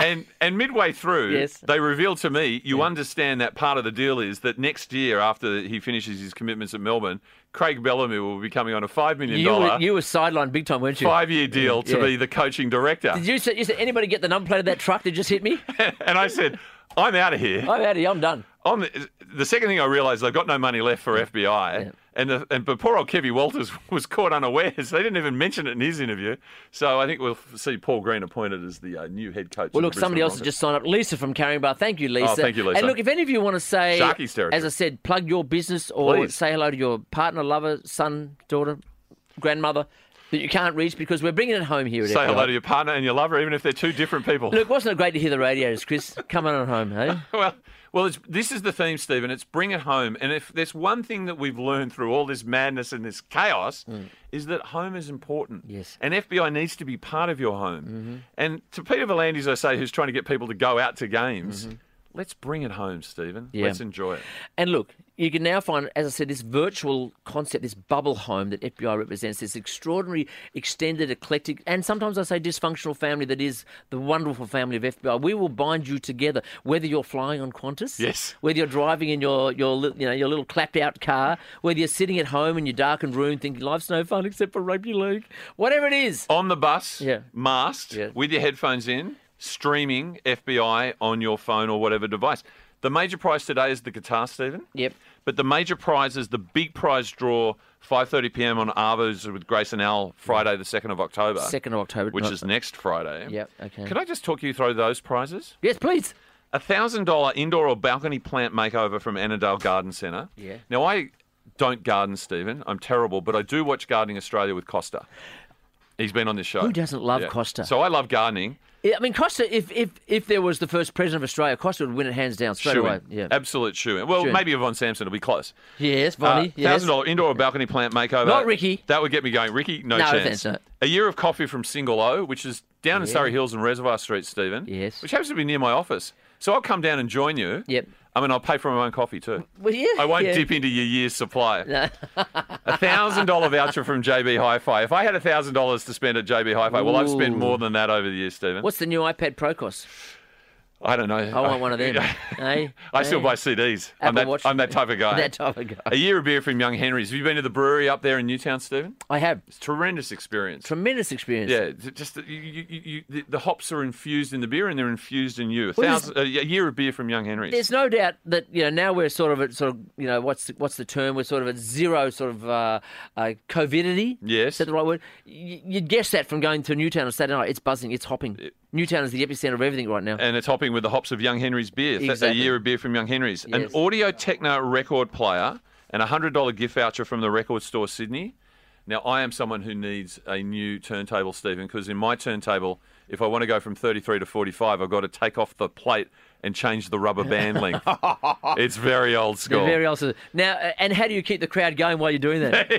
Speaker 11: And and midway through,
Speaker 10: Yes.
Speaker 11: they revealed to me, you understand that part of the deal is that next year, after he finishes his commitments at Melbourne, Craig Bellamy will be coming on a $5 million
Speaker 10: You were, you were sidelined big time, weren't you?
Speaker 11: five year deal to
Speaker 10: Yeah.
Speaker 11: be the coaching director.
Speaker 10: Did you say, you said anybody get the number plate of that truck that just
Speaker 11: [laughs]
Speaker 10: hit me?
Speaker 11: and I said, I'm out of here.
Speaker 10: I'm out of here. I'm done.
Speaker 11: On the, the second thing I realised, they've got no money left for FBI, and the, and but poor old Kevy Walters [laughs] was caught unawares. They didn't even mention it in his interview. So I think we'll f- see Paul Green appointed as the uh, new head coach.
Speaker 10: Well,
Speaker 11: of
Speaker 10: look,
Speaker 11: the
Speaker 10: somebody
Speaker 11: Brisbane
Speaker 10: else has
Speaker 11: Broncos.
Speaker 10: just signed up. Lisa from Carringbar. Thank you, Lisa.
Speaker 11: Oh, thank you, Lisa.
Speaker 10: And look, if any of you want to say,
Speaker 11: Sharky's territory.
Speaker 10: as I said, plug your business or
Speaker 11: Please.
Speaker 10: say hello to your partner, lover, son, daughter, grandmother that you can't reach because we're bringing it home here at
Speaker 11: Say hello to your partner and your lover, even if they're two different people.
Speaker 10: Look, wasn't it great to hear the radios, Chris? Come on home, hey?
Speaker 11: well, well, it's, this is the theme, Stephen. It's bring it home. And if there's one thing that we've learned through all this madness and this chaos,
Speaker 10: Mm.
Speaker 11: is that home is important. Yes. And FBI needs to be part of your home.
Speaker 10: Mm-hmm.
Speaker 11: And to Peter Valandis, I say, who's trying to get people to go out to games, let's bring it home, Stephen.
Speaker 10: Mm-hmm. Yeah.
Speaker 11: Let's enjoy it.
Speaker 10: And look, you can now find, as I said, this virtual concept, this bubble home that FBI represents, this extraordinary, extended, eclectic, and sometimes I say dysfunctional family that is the wonderful family of FBI. We will bind you together, whether you're flying on Qantas,
Speaker 11: Yes.
Speaker 10: whether you're driving in your your li- you know your little clapped out car, whether you're sitting at home in your darkened room thinking life's no fun except for rugby league, whatever it is.
Speaker 11: On the bus,
Speaker 10: yeah.
Speaker 11: masked, with your headphones in, streaming FBI on your phone or whatever device. The major prize today is the guitar, Stephen.
Speaker 10: Yep.
Speaker 11: But the major prize is the big prize draw, 5:30 p.m. on Arvo's with Grace and Al, Friday the 2nd of October.
Speaker 10: 2nd of October,
Speaker 11: which
Speaker 10: not-
Speaker 11: is next Friday.
Speaker 10: Yep, okay.
Speaker 11: Can I just talk you through those prizes?
Speaker 10: Yes, please.
Speaker 11: A thousand dollar indoor or balcony plant makeover from Annandale Garden Centre.
Speaker 10: Yeah.
Speaker 11: Now I don't garden, Stephen. I'm terrible, but I do watch Gardening Australia with Costa. He's been on this show.
Speaker 10: Who doesn't love Costa?
Speaker 11: So I love gardening.
Speaker 10: Yeah, I mean, Costa. If if if there was the first president of Australia, Costa would win it hands down straight away.
Speaker 11: Shoo-in.
Speaker 10: Yeah.
Speaker 11: Absolute shoe. Well,
Speaker 10: Shoo-in.
Speaker 11: maybe Yvonne Sampson will be close.
Speaker 10: Yes, Bonnie. yes.
Speaker 11: Uh, Thousand dollar indoor or balcony plant makeover.
Speaker 10: Not Ricky.
Speaker 11: That would get me going. Ricky, no,
Speaker 10: No,
Speaker 11: chance.
Speaker 10: thanks, no.
Speaker 11: A year of coffee from Single O, which is down in
Speaker 10: Yeah.
Speaker 11: Surrey Hills and Reservoir Street, Stephen. Yes. Which happens to be near my office. So I'll come down and join you. Yep. I mean, I'll pay for my own coffee too.
Speaker 10: Well, yeah,
Speaker 11: I won't
Speaker 10: [laughs] yeah.
Speaker 11: dip into your year's supply. A thousand dollar voucher from JB Hi-Fi. If I had a thousand dollars to spend at JB Hi-Fi, well, I've spent
Speaker 10: Ooh.
Speaker 11: more than that over the years, Stephen.
Speaker 10: What's the new iPad Pro cost?
Speaker 11: I don't know.
Speaker 10: I want one
Speaker 11: [laughs]
Speaker 10: of them. eh?
Speaker 11: I still
Speaker 10: Eh?
Speaker 11: buy CDs. I'm
Speaker 10: Apple
Speaker 11: that,
Speaker 10: Watch.
Speaker 11: I'm that type of guy.
Speaker 10: [laughs] That type of guy.
Speaker 11: A year of beer from Young Henry's. Have you been to the brewery up there in Newtown, Stephen?
Speaker 10: I have.
Speaker 11: It's tremendous experience.
Speaker 10: Tremendous experience.
Speaker 11: Yeah, j- just that you, you, you, you, the- the hops are infused in the beer and they're infused in you. A,
Speaker 10: Well, there's-
Speaker 11: thousand, a a year of beer from Young Henry's.
Speaker 10: There's no doubt that you know now we're sort of at sort of you know what's the, what's the term we're sort of at zero sort of uh, uh, covidity.
Speaker 11: Yes.
Speaker 10: is that the right word? Y- you'd guess that from going to Newtown on Saturday night. It's buzzing. It's hopping. Newtown is the epicenter of everything right now.
Speaker 11: and it's hopping with the hops of Young Henry's beer. That's a
Speaker 10: Exactly.
Speaker 11: year of beer from Young Henry's.
Speaker 10: Yes.
Speaker 11: An Audio Techno record player and a hundred dollar gift voucher from the Record Store Sydney. Now I am someone who needs a new turntable, Stephen, because in my turntable, if I want to go from thirty three to forty five, I've got to take off the plate and change the rubber band
Speaker 10: [laughs]
Speaker 11: length. it's very old
Speaker 10: They're
Speaker 11: school.
Speaker 10: very awesome. Now, uh, and how do you keep the crowd going while you're doing that?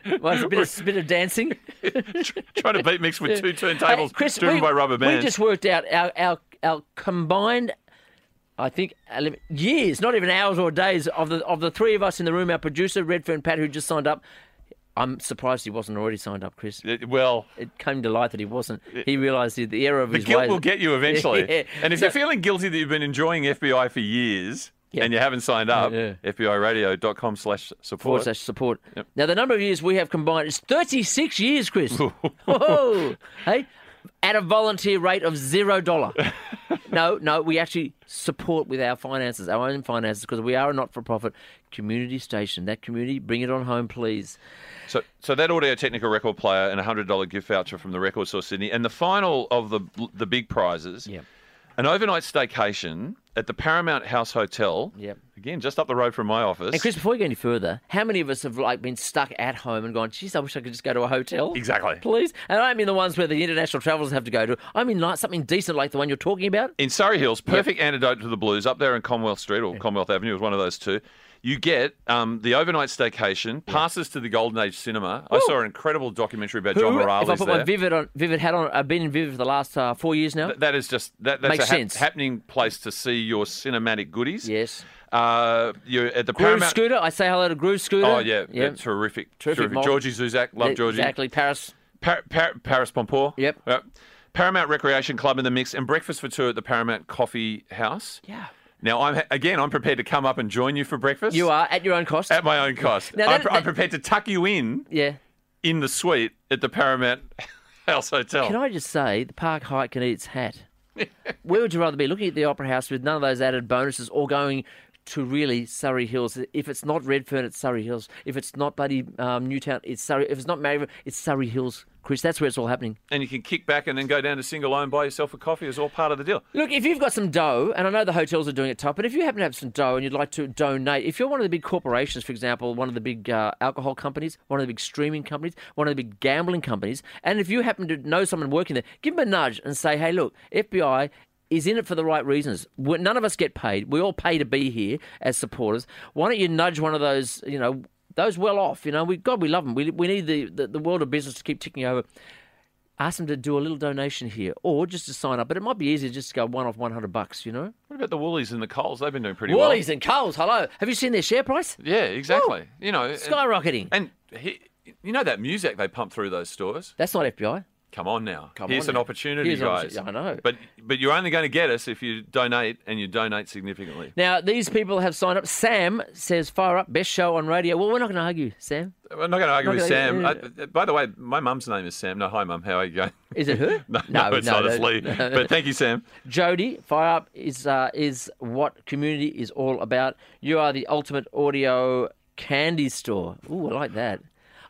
Speaker 11: [laughs]
Speaker 10: Eh? Well, it's a bit of, bit of dancing.
Speaker 11: Trying to beat mix with two
Speaker 10: Hey,
Speaker 11: turntables
Speaker 10: Chris,
Speaker 11: driven
Speaker 10: we,
Speaker 11: by rubber bands.
Speaker 10: We just worked out our our, our combined, I think, uh, lim- years, not even hours or days of the of the three of us in the room. Our producer Redfern Pat, who just signed up. I'm surprised he wasn't already signed up, Chris.
Speaker 11: well,
Speaker 10: it came to light that he wasn't. He realised the, the error of
Speaker 11: The
Speaker 10: his
Speaker 11: guilt
Speaker 10: ways.
Speaker 11: will get you eventually.
Speaker 10: [laughs] Yeah.
Speaker 11: And if
Speaker 10: So-
Speaker 11: you're feeling guilty that you've been enjoying FBI for years and you haven't signed up, fbiradio.com slash
Speaker 10: Forward
Speaker 11: support.
Speaker 10: slash support.
Speaker 11: [laughs]
Speaker 10: Now the number of years we have combined is 36 years, Chris. Whoa, hey, at a volunteer rate of
Speaker 11: [laughs]
Speaker 10: zero dollar. no, no, we actually support with our finances, our own finances, because we are a not-for-profit community station. That community, bring it on home, please.
Speaker 11: So, so that audio technical record player and a hundred dollar gift voucher from the Record Store Sydney, and the final of the the big prizes.
Speaker 10: Yeah.
Speaker 11: An overnight staycation at the Paramount House Hotel.
Speaker 10: Yep.
Speaker 11: Again, just up the road from my office.
Speaker 10: And Chris, before you go any further, how many of us have like been stuck at home and gone, "Geez, I wish I could just go to a hotel."
Speaker 11: Exactly.
Speaker 10: Please, and I don't mean the ones where the international travellers have to go to. I mean like something decent, like the one you're talking about.
Speaker 11: In Surrey Hills, perfect antidote to the blues. Up there in Commonwealth Street or Commonwealth Avenue is one of those two. You get um, the overnight staycation, passes to the Golden Age Cinema. I
Speaker 10: Ooh.
Speaker 11: saw an incredible documentary about
Speaker 10: Who-
Speaker 11: John
Speaker 10: if I
Speaker 11: Morales
Speaker 10: put
Speaker 11: there.
Speaker 10: my Vivid on, Vivid hat on, I've been in Vivid for the last uh, four years now.
Speaker 11: That is just that, that's
Speaker 10: Makes
Speaker 11: a hap-
Speaker 10: sense.
Speaker 11: happening place to see your cinematic goodies.
Speaker 10: Yes.
Speaker 11: Uh, you're at the
Speaker 10: Groove
Speaker 11: Paramount.
Speaker 10: Scooter, I say hello to Groove Scooter.
Speaker 11: Oh yeah, yeah. terrific, terrific.
Speaker 10: model.
Speaker 11: Georgie Zuzak, love
Speaker 10: Yeah,
Speaker 11: Georgie.
Speaker 10: Exactly, Paris.
Speaker 11: Par- Par- Paris Pompour.
Speaker 10: Yep.
Speaker 11: Paramount Recreation Club in the mix, and breakfast for two at the Paramount Coffee House.
Speaker 10: Yeah.
Speaker 11: Now I'm again. I'm prepared to come up and join you for breakfast.
Speaker 10: You are at your own cost.
Speaker 11: at my own cost.
Speaker 10: Now
Speaker 11: I'm,
Speaker 10: that-
Speaker 11: pre- I'm
Speaker 10: that-
Speaker 11: prepared to tuck you in
Speaker 10: yeah.
Speaker 11: in the suite at the Paramount [laughs] House Hotel.
Speaker 10: Can I just say, the park hike can eat
Speaker 11: [laughs]
Speaker 10: its hat. Where would you rather be? Looking at the Opera House with none of those added bonuses or going to really Surrey Hills. If it's not Redfern, it's Surrey Hills. If it's not bloody um, Newtown, it's Surrey. If it's not Maryville, it's Surrey Hills. Chris, that's where it's all happening.
Speaker 11: and you can kick back and then go down to Singalone and buy yourself a coffee. Is all part of the deal.
Speaker 10: Look, if you've got some dough, and I know the hotels are doing it tough, but if you happen to have some dough and you'd like to donate, if you're one of the big corporations, for example, one of the big uh, alcohol companies, one of the big streaming companies, one of the big gambling companies, and if you happen to know someone working there, give them a nudge and say, hey, look, FBI is in it for the right reasons. we none of us get paid. We all pay to be here as supporters. Why don't you nudge one of those, you know, those well off? You know, we God, we love them. We, we need the, the, the world of business to keep ticking over ask them to do a little donation here or just to sign up. But it might be easier just to go one off 100 bucks, you know?
Speaker 11: What about the Woolies and the Coles? They've been doing pretty well.
Speaker 10: Woolies and Coles, hello. Have you seen their share price?
Speaker 11: Yeah, exactly. you know, and-
Speaker 10: skyrocketing.
Speaker 11: uh, And he, you know that music they pump through those stores.
Speaker 10: That's not FBI.
Speaker 11: Come on now.
Speaker 10: Come
Speaker 11: Here's an
Speaker 10: on now.
Speaker 11: opportunity,
Speaker 10: Here's an
Speaker 11: guys.
Speaker 10: opportunity. I know.
Speaker 11: But but you're only going to get us if you donate and you donate significantly.
Speaker 10: Now, these people have signed up. Sam says, fire up, best show on radio. Well, we're not going to argue, Sam.
Speaker 11: I'm not going to argue
Speaker 10: Not
Speaker 11: with Sam.
Speaker 10: gonna-
Speaker 11: I- by the way, my mum's name is Sam. No, hi mum. How are you going? [laughs]
Speaker 10: Is it her?
Speaker 11: no, no, it's not. It's Lee. But thank you, [laughs] Sam.
Speaker 10: Jody, Fire Up is uh, is what community is all about. You are the ultimate audio candy store. Ooh, I like that.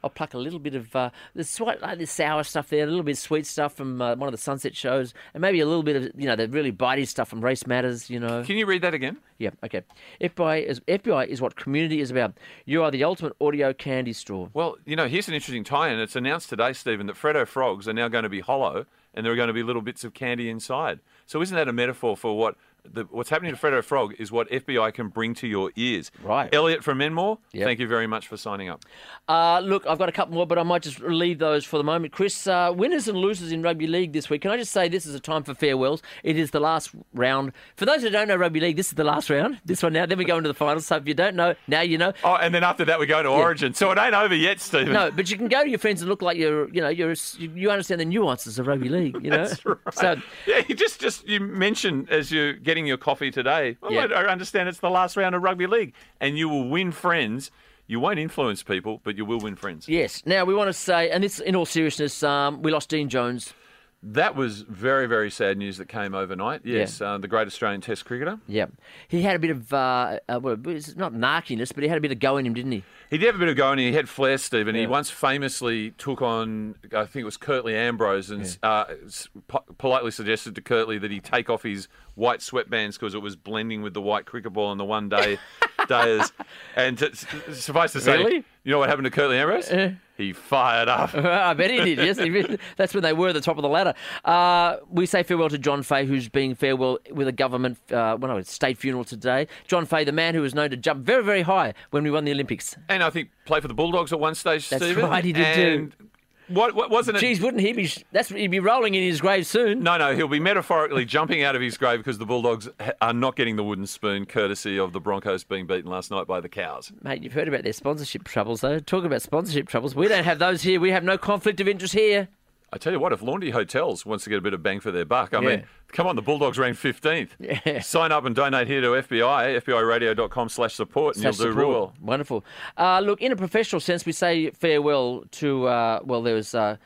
Speaker 10: I'll pluck a little bit of uh, the sweet, like the sour stuff there, a little bit of sweet stuff from uh, one of the sunset shows, and maybe a little bit of you know the really bitey stuff from Race Matters. You know.
Speaker 11: Can you read that again?
Speaker 10: Yeah, okay. FBI is FBI is what community is about. You are the ultimate audio candy store.
Speaker 11: Well, you know, here's an interesting tie-in. It's announced today, Stephen, that Freddo frogs are now going to be hollow, and there are going to be little bits of candy inside. So, isn't that a metaphor for what the, what's happening to Freddo Frog is what FBI can bring to your ears?
Speaker 10: Right.
Speaker 11: Elliot from Menmore,
Speaker 10: Yep.
Speaker 11: thank you very much for signing up.
Speaker 10: Uh, look, I've got a couple more, but I might just leave those for the moment. Chris, uh, winners and losers in rugby league this week. Can I just say this is a time for farewells? It is the last round. For those who don't know rugby league, this is the last round. This one now. Then we go into the finals. So if you don't know, now you know.
Speaker 11: Oh, and then after that, we go to Origin. So it ain't over yet, Stephen.
Speaker 10: No, but you can go to your friends and look like you're, you know, you're, you understand the nuances of rugby league. You know,
Speaker 11: That's right.
Speaker 10: so
Speaker 11: yeah, you just just you mentioned as you're getting your coffee today. Well,
Speaker 10: Yeah.
Speaker 11: I, I understand it's the last round of rugby league, and you will win friends. You won't influence people, but you will win friends.
Speaker 10: yes. Now we want to say, and this, in all seriousness, um, we lost Dean Jones.
Speaker 11: That was very, very sad news that came overnight. Yes, uh, the great Australian Test cricketer.
Speaker 10: Yeah, he had a bit of, uh, uh, well, it's not narkiness, but he had a bit of go in him, didn't he?
Speaker 11: He did have a bit of go and he had flair, Stephen. He
Speaker 10: Yeah.
Speaker 11: once famously took on, I think it was Curtly Ambrose, and uh, s- po- politely suggested to Curtly that he take off his white sweatbands because it was blending with the white cricket ball on the one
Speaker 10: [laughs]
Speaker 11: day dayers. And t- s- suffice to say,
Speaker 10: Really? Uh-huh.
Speaker 11: you know what happened to Curtly Ambrose? He fired up.
Speaker 10: [laughs] I bet he did. Yes, he did. that's when they were at the top of the ladder. Uh, we say farewell to John Fay, who's being farewell with a government, uh, well, no, it's state funeral today. John Fay, the man who was known to jump very, very high when we won the Olympics.
Speaker 11: And I think play for the Bulldogs at one stage,
Speaker 10: That's
Speaker 11: Stephen.
Speaker 10: right, he did
Speaker 11: and
Speaker 10: too.
Speaker 11: What, what wasn't it?
Speaker 10: Geez, wouldn't he be? That's he'd be rolling in his grave soon.
Speaker 11: No, no, he'll be metaphorically jumping out of his grave because the Bulldogs ha- are not getting the wooden spoon, courtesy of the Broncos being beaten last night by the Cows.
Speaker 10: Mate, you've heard about their sponsorship troubles, though. Talk about sponsorship troubles. We don't have those here. We have no conflict of interest here.
Speaker 11: I tell you what, if Laundry Hotels wants to get a bit of bang for their buck, I
Speaker 10: Yeah.
Speaker 11: mean, come on, the Bulldogs ranked 15th.
Speaker 10: [laughs] Yeah.
Speaker 11: Sign up and donate here to FBI, fbiradio.com slash support, and
Speaker 10: Slash
Speaker 11: you'll do
Speaker 10: support.
Speaker 11: real well. [laughs]
Speaker 10: Wonderful. Uh, look, in a professional sense, we say farewell to, uh, well, there was uh,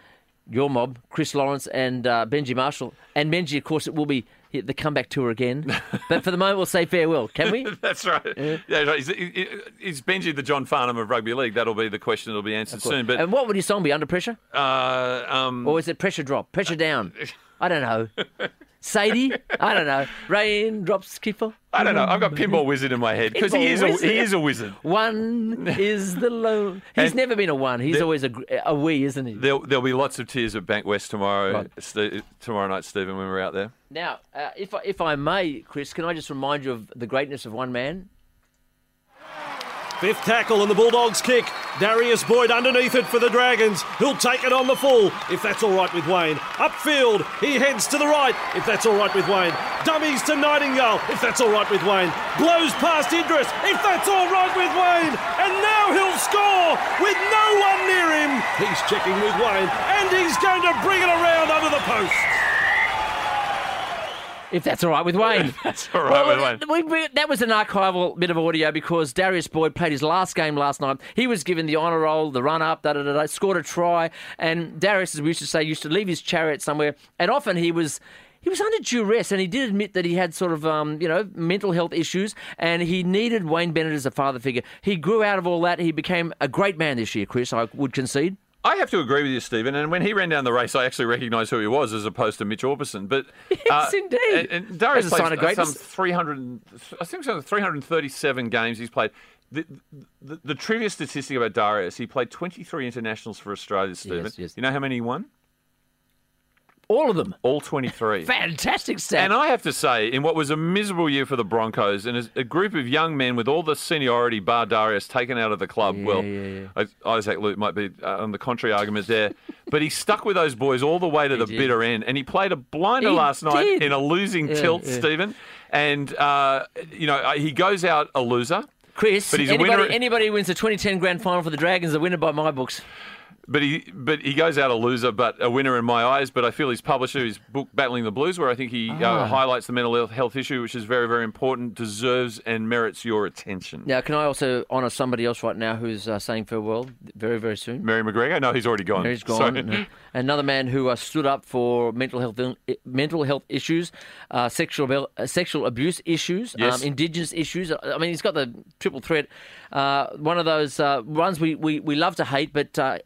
Speaker 10: your mob, Chris Lawrence and uh, Benji Marshall. And Benji, of course, it will be the comeback
Speaker 11: [laughs]
Speaker 10: tour again. but for the moment, we'll say farewell, can we?
Speaker 11: That's right. Yeah. yeah right. Is, is, Benji the John Farnham of rugby league? That'll be the question that'll be answered [laughs] soon. But
Speaker 10: And what would your song be, Under Pressure?
Speaker 11: Uh, um...
Speaker 10: Or is it Pressure Drop? Pressure Down? I don't know.
Speaker 11: [laughs]
Speaker 10: Sadie? I don't know. Raindrops keep falling.
Speaker 11: I don't know. I've got Pinball Wizard in my head because he is wizard. a, he is a wizard.
Speaker 10: One is the low. He's and never been a one. He's there, always a, a we, isn't he?
Speaker 11: There'll, there'll, be lots of tears at Bankwest tomorrow right. St- tomorrow night, Stephen, when we're out there.
Speaker 10: Now, uh, if I, if I may, Chris, can I just remind you of the greatness of one man?
Speaker 12: Fifth tackle and the Bulldogs kick. Darius Boyd underneath it for the Dragons. He'll take it on the full, if that's all right with Wayne. Upfield, he heads to the right, if that's all right with Wayne. Dummies to Nightingale, if that's all right with Wayne. Blows past Idris, if that's all right with Wayne. And now he'll score with no one near him. He's checking with Wayne, and he's going to bring it around under the post.
Speaker 10: If that's all right with Wayne.
Speaker 11: [laughs] that's all right well, with Wayne.
Speaker 10: We, we, that was an archival bit of audio because Darius Boyd played his last game last night. He was given the honour roll, the run up, da da da, scored a try. And Darius, as we used to say, used to leave his chariot somewhere. And often he was. He was under duress, and he did admit that he had sort of, um, you know, mental health issues, and he needed Wayne Bennett as a father figure. He grew out of all that. He became a great man this year, Chris. I would concede.
Speaker 11: I have to agree with you, Stephen. And when he ran down the race, I actually recognised who he was, as opposed to Mitch Orbison. [laughs] But
Speaker 10: yes, uh, indeed,
Speaker 11: and, and Darius a sign of greatness. some three hundred, I think some three hundred thirty-seven games he's played. The, the, the, trivia statistic about Darius, he played twenty-three internationals for Australia, Stephen. Yes, yes. You know how many he won?
Speaker 10: All of them.
Speaker 11: All [laughs] 23.
Speaker 10: Fantastic stat.
Speaker 11: And I have to say, in what was a miserable year for the Broncos, and a group of young men with all the seniority bar Darius taken out of the club,
Speaker 10: yeah,
Speaker 11: well,
Speaker 10: yeah, yeah.
Speaker 11: Isaac Luke might be uh, on the contrary argument there, but he stuck with those boys all the way to he the did. bitter end, and he played a blinder he last did. night in a losing tilt, Stephen. And, uh, you know, he goes out a loser.
Speaker 10: Chris, but he's anybody, a winner. anybody who wins the 2010 grand final for the Dragons is a winner by my books
Speaker 11: but he but he goes out a loser, but a winner in my eyes. But I feel his publisher, his book Battling the Blues, where I think he oh. uh, highlights the mental health issue, which is very very important, deserves and merits your attention.
Speaker 10: Now, can I also honour somebody else right now who's uh, saying farewell very very soon?
Speaker 11: Mary McGregor. No, he's already gone.
Speaker 10: Mary's gone. No. [laughs] Another man who uh, stood up for mental health uh, mental health issues, uh, sexual sexual abuse issues,
Speaker 11: yes.
Speaker 10: um, Indigenous issues. I mean, he's got the triple threat. Uh, one of those ones we, we, we love to hate, but uh,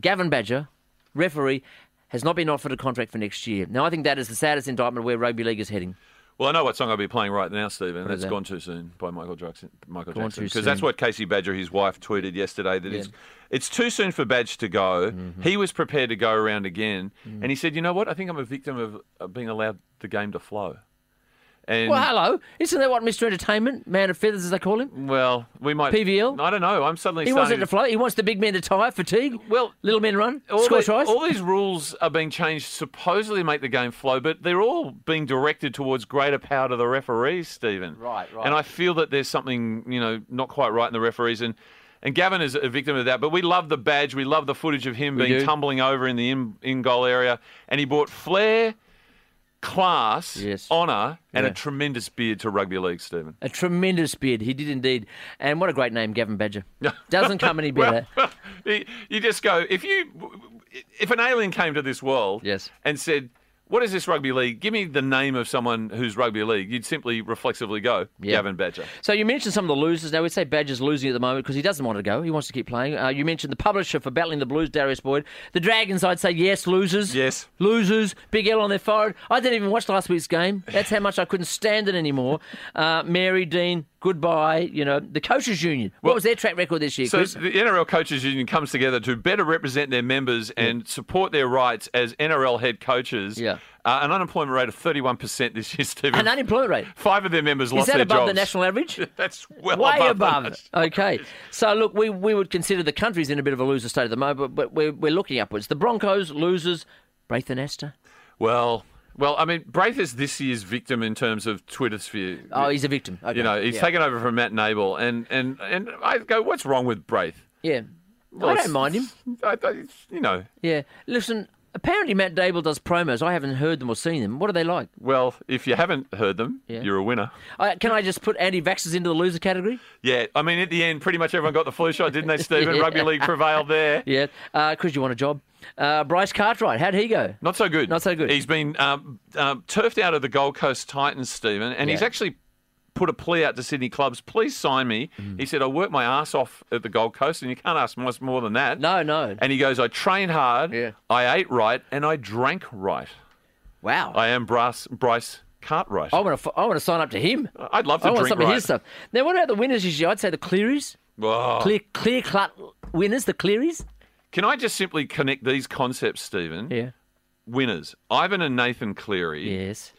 Speaker 10: Gavin Badger, referee, has not been offered a contract for next year. Now, I think that is the saddest indictment where rugby league is heading.
Speaker 11: Well, I know what song I'll be playing right now, Stephen. What that's that? Gone Too Soon by Michael Jackson. Michael gone Jackson. Because that's what Casey Badger, his wife, tweeted yesterday that yeah. it's, it's too soon for Badge to go. Mm-hmm. He was prepared to go around again. Mm-hmm. And he said, you know what? I think I'm a victim of, of being allowed the game to flow.
Speaker 10: And well, hello. Isn't that what Mr. Entertainment, Man of Feathers, as they call him?
Speaker 11: Well, we might.
Speaker 10: PVL?
Speaker 11: I don't know. I'm suddenly
Speaker 10: He
Speaker 11: starting...
Speaker 10: wants it to flow. He wants the big men to tire, fatigue.
Speaker 11: Well,
Speaker 10: little men run,
Speaker 11: all
Speaker 10: score
Speaker 11: the,
Speaker 10: tries.
Speaker 11: All these rules are being changed supposedly make the game flow, but they're all being directed towards greater power to the referees, Stephen.
Speaker 10: Right, right.
Speaker 11: And I feel that there's something, you know, not quite right in the referees. And and Gavin is a victim of that. But we love the badge. We love the footage of him
Speaker 10: we
Speaker 11: being
Speaker 10: do.
Speaker 11: tumbling over in the in, in goal area. And he brought flair class,
Speaker 10: yes.
Speaker 11: honour, and a
Speaker 10: yeah.
Speaker 11: tremendous beard to rugby league, Stephen.
Speaker 10: A tremendous beard, he did indeed. And what a great name,
Speaker 11: [laughs]
Speaker 10: Gavin Badger. Doesn't come any better.
Speaker 11: well, [laughs] you just go if you if an alien came to this world,
Speaker 10: yes.
Speaker 11: and said. What is this rugby league? Give me the name of someone who's rugby league. You'd simply reflexively go, yeah. Gavin Badger.
Speaker 10: So you mentioned some of the losers. Now, we'd say Badger's losing at the moment because he doesn't want to go. He wants to keep playing. Uh, you mentioned the publisher for Battling the Blues, Darius Boyd. The Dragons, I'd say, yes, losers.
Speaker 11: Yes.
Speaker 10: Losers. Big L on their forehead. I didn't even watch last week's game. That's how much I couldn't stand it anymore. Uh, Mary Dean, goodbye. You know, the coaches union. What well, was their track record this year?
Speaker 11: So
Speaker 10: Chris?
Speaker 11: the NRL coaches union comes together to better represent their members yeah. and support their rights as NRL head coaches.
Speaker 10: Yeah.
Speaker 11: Uh, an unemployment rate of 31% this year, Stephen.
Speaker 10: An unemployment rate?
Speaker 11: Five of their members
Speaker 10: Is
Speaker 11: lost
Speaker 10: their jobs.
Speaker 11: Is that
Speaker 10: above
Speaker 11: [laughs]
Speaker 10: the national average?
Speaker 11: That's well
Speaker 10: Way
Speaker 11: above.
Speaker 10: above. Okay. So, look, we, we would consider the country's in a bit of a loser state at the moment, but we're, we're looking upwards. The Broncos, losers, Braithen Astor.
Speaker 11: Well, well, I mean, Braith is this year's victim in terms of Twitter sphere.
Speaker 10: Oh, he's a victim. Okay.
Speaker 11: You know, he's
Speaker 10: yeah.
Speaker 11: taken over from Matt Nable, and and and I go, what's wrong with Braith?
Speaker 10: Yeah, well, I don't mind him.
Speaker 11: I, I, you know.
Speaker 10: Yeah, listen, Apparently, Matt Dable does promos. I haven't heard them or seen them. What are they like?
Speaker 11: Well, if you haven't heard them,
Speaker 10: Yeah.
Speaker 11: you're a winner.
Speaker 10: Uh, can I just put anti-vaxxers into the loser category?
Speaker 11: Yeah, I mean, at the end, pretty much everyone got the flu shot, didn't they, Stephen?
Speaker 10: [laughs] Yeah.
Speaker 11: Rugby league prevailed there.
Speaker 10: Yeah, because you want a job. Uh, Bryce Cartwright, how'd he go?
Speaker 11: Not so good.
Speaker 10: Not so good.
Speaker 11: He's been um, um, turfed out of the Gold Coast Titans, Stephen, and he's
Speaker 10: Yeah.
Speaker 11: actually put a plea out to Sydney clubs. Please sign me.
Speaker 10: Mm.
Speaker 11: He said, I work my ass off at the Gold Coast, and you can't ask much more than that.
Speaker 10: No, no.
Speaker 11: And he goes, I trained hard, I ate right, and I drank right.
Speaker 10: Wow.
Speaker 11: I am Bryce, Bryce Cartwright.
Speaker 10: I want to. I want to sign up to him.
Speaker 11: I'd love to
Speaker 10: Oh, I want
Speaker 11: drink
Speaker 10: some of
Speaker 11: right.
Speaker 10: his stuff. Now, what about the winners this year? I'd say the Clearys,
Speaker 11: Whoa.
Speaker 10: clear, clear cut winners, the Clearys.
Speaker 11: Can I just simply connect these concepts, Stephen?
Speaker 10: Yeah.
Speaker 11: Winners Ivan and Nathan Cleary.
Speaker 10: Yes.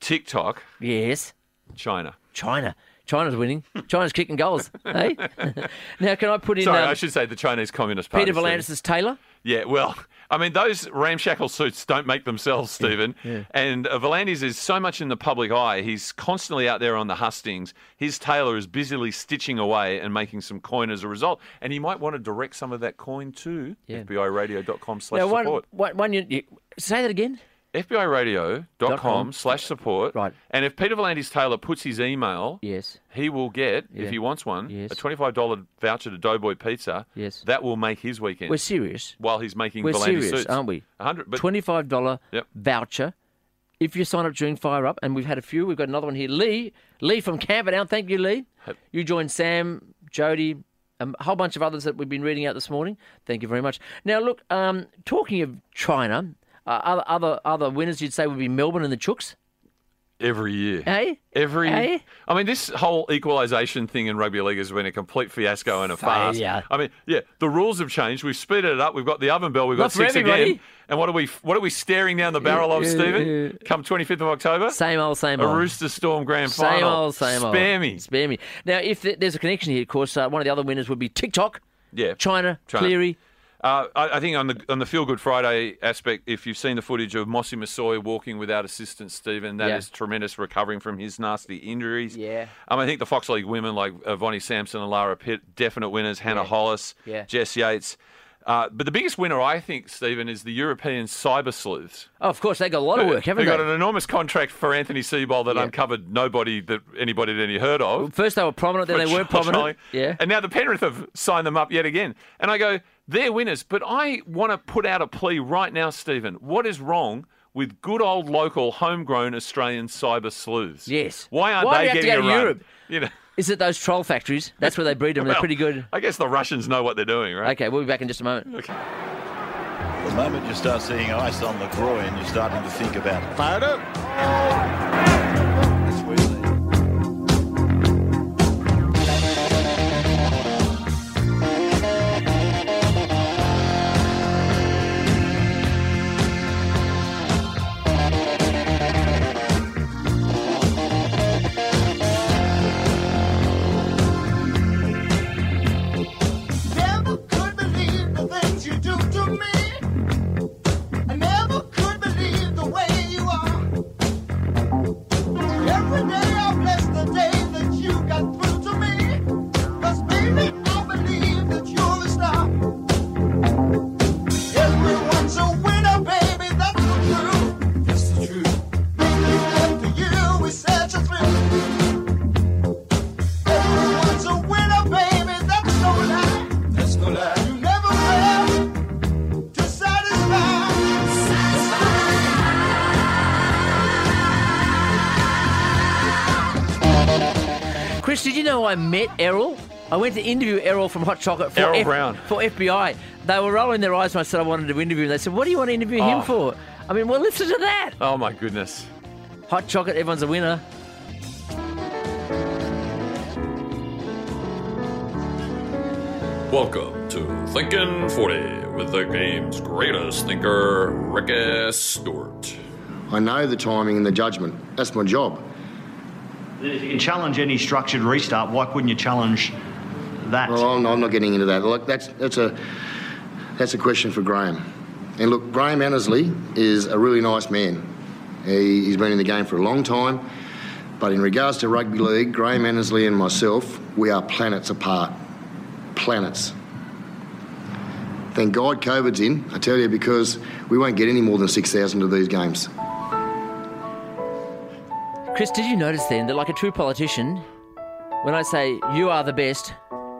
Speaker 11: TikTok.
Speaker 10: Yes.
Speaker 11: China.
Speaker 10: China, China's winning. China's kicking goals. hey. [laughs] now, can I put in
Speaker 11: Sorry,
Speaker 10: um,
Speaker 11: I should say the Chinese Communist Party.
Speaker 10: Peter
Speaker 11: Stephen.
Speaker 10: Volandis' Taylor?
Speaker 11: Yeah, well, [laughs] I mean, those ramshackle suits don't make themselves, Stephen.
Speaker 10: yeah.
Speaker 11: And uh, Volandis is so much in the public eye. He's constantly out there on the hustings. His tailor is busily stitching away and making some coin as a result. And he might want to direct some of that coin to
Speaker 10: Yeah.
Speaker 11: fbiradio.com slash
Speaker 10: Now, one,
Speaker 11: support.
Speaker 10: one, one you, you, say that again.
Speaker 11: fbiradio.com slash support.
Speaker 10: Right.
Speaker 11: And if Peter Volandis Taylor puts his email,
Speaker 10: Yes.
Speaker 11: he will get,
Speaker 10: Yeah.
Speaker 11: if he wants one,
Speaker 10: Yes.
Speaker 11: a $25 voucher to Doughboy Pizza.
Speaker 10: Yes.
Speaker 11: That will make his weekend.
Speaker 10: We're serious.
Speaker 11: While he's making
Speaker 10: We're
Speaker 11: Volandis
Speaker 10: serious,
Speaker 11: suits.
Speaker 10: aren't we?
Speaker 11: 100, but
Speaker 10: Twenty-five dollar
Speaker 11: Yep.
Speaker 10: voucher. If you sign up during Fire Up, and we've had a few, we've got another one here. Lee, Lee from Camperdown. Thank you, Lee. You joined Sam, Jody, um, a whole bunch of others that we've been reading out this morning. Thank you very much. Now, look, um, talking of China, uh, other other other winners you'd say would be Melbourne and the Chooks.
Speaker 11: Every year.
Speaker 10: Hey?
Speaker 11: Every.
Speaker 10: Eh?
Speaker 11: [laughs] I mean, this whole equalisation thing in rugby league has been a complete fiasco and a farce.
Speaker 10: Failure.
Speaker 11: I mean, yeah, the rules have changed. We've speeded it up. We've got the oven bell. We've
Speaker 10: Not
Speaker 11: got
Speaker 10: for
Speaker 11: six again.
Speaker 10: everybody. Eh,
Speaker 11: And what are we? What are we staring down the barrel of,
Speaker 10: Yeah,
Speaker 11: Stephen? Come twenty fifth of October.
Speaker 10: Same old, same
Speaker 11: a
Speaker 10: old.
Speaker 11: Rooster Storm Grand
Speaker 10: Same
Speaker 11: Final.
Speaker 10: old, same
Speaker 11: Spare
Speaker 10: old.
Speaker 11: Spare me.
Speaker 10: Spare me. Now, if th- there's a connection here, of course, uh, one of the other winners would be TikTok.
Speaker 11: Yeah.
Speaker 10: China,
Speaker 11: China.
Speaker 10: Cleary.
Speaker 11: Uh, I, I think on the on the Feel Good Friday aspect, if you've seen the footage of Mossy Masoi walking without assistance, Stephen, that is
Speaker 10: Yeah.
Speaker 11: tremendous recovering from his nasty injuries.
Speaker 10: Yeah.
Speaker 11: Um, I think the Fox League women like uh, Vonnie Sampson and Lara Pitt, definite winners. Hannah
Speaker 10: Yeah.
Speaker 11: Hollis,
Speaker 10: Yeah.
Speaker 11: Jess Yates. Uh, but the biggest winner, I think, Stephen, is the European cyber sleuths.
Speaker 10: Oh, of course, they got a lot of work, haven't
Speaker 11: They
Speaker 10: they?
Speaker 11: got an enormous contract for Anthony Seabold that
Speaker 10: Yeah.
Speaker 11: uncovered nobody that anybody had any heard of.
Speaker 10: First they were prominent, then
Speaker 11: But
Speaker 10: they weren't
Speaker 11: Charles
Speaker 10: prominent.
Speaker 11: Charlie-
Speaker 10: Yeah.
Speaker 11: And now the Penrith have signed them up yet again. And I go, they're winners. But I want to put out a plea right now, Stephen. What is wrong with good old local homegrown Australian cyber sleuths?
Speaker 10: Yes.
Speaker 11: Why aren't
Speaker 10: Why do
Speaker 11: they
Speaker 10: they have to
Speaker 11: getting
Speaker 10: go
Speaker 11: a
Speaker 10: to
Speaker 11: run?
Speaker 10: Europe?
Speaker 11: You know,
Speaker 10: Is it those troll factories? That's where they breed them. They're
Speaker 11: well,
Speaker 10: pretty good.
Speaker 11: I guess the Russians know what they're doing, right?
Speaker 10: Okay, we'll be back in just a moment. Okay.
Speaker 13: The moment you start seeing ice on the groin, you're starting to think about it.
Speaker 4: Fired up.
Speaker 14: Never could believe the things you do to me. I never could believe the way you are. Every day I bless the day that you got through to me. Cause baby, I believe that you're a star. Everyone's a winner, baby, that's the truth. That's the truth. Being after you is such a thrill. Everyone's a winner, baby, that's no lie. That's no lie. You never fail to satisfy.
Speaker 10: Chris, did you know I met Errol? I went to interview Errol from Hot Chocolate for,
Speaker 11: Errol Brown.
Speaker 10: for FBI. They were rolling their eyes when I said I wanted to interview him. They said, What do you want to interview him
Speaker 11: Oh.
Speaker 10: for? I mean, well, listen to that.
Speaker 11: Oh, my goodness.
Speaker 10: Hot chocolate, everyone's a winner.
Speaker 7: Welcome to Thinking 40 with the game's greatest thinker, Ricky Stewart.
Speaker 9: I know the timing and the judgment. That's my job.
Speaker 8: If you can challenge any structured restart, why couldn't you challenge that?
Speaker 9: Well, I'm, I'm not getting into that. Look, that's that's a that's a question for Graham. And look, Graham Annesley is a really nice man. He, he's been in the game for a long time. But in regards to rugby league, Graham Annesley and myself, we are planets apart. Planets. Thank God COVID's in, I tell you, because we won't get any more than 6,000 of these games.
Speaker 10: Chris, did you notice then that, like a true politician, when I say you are the best,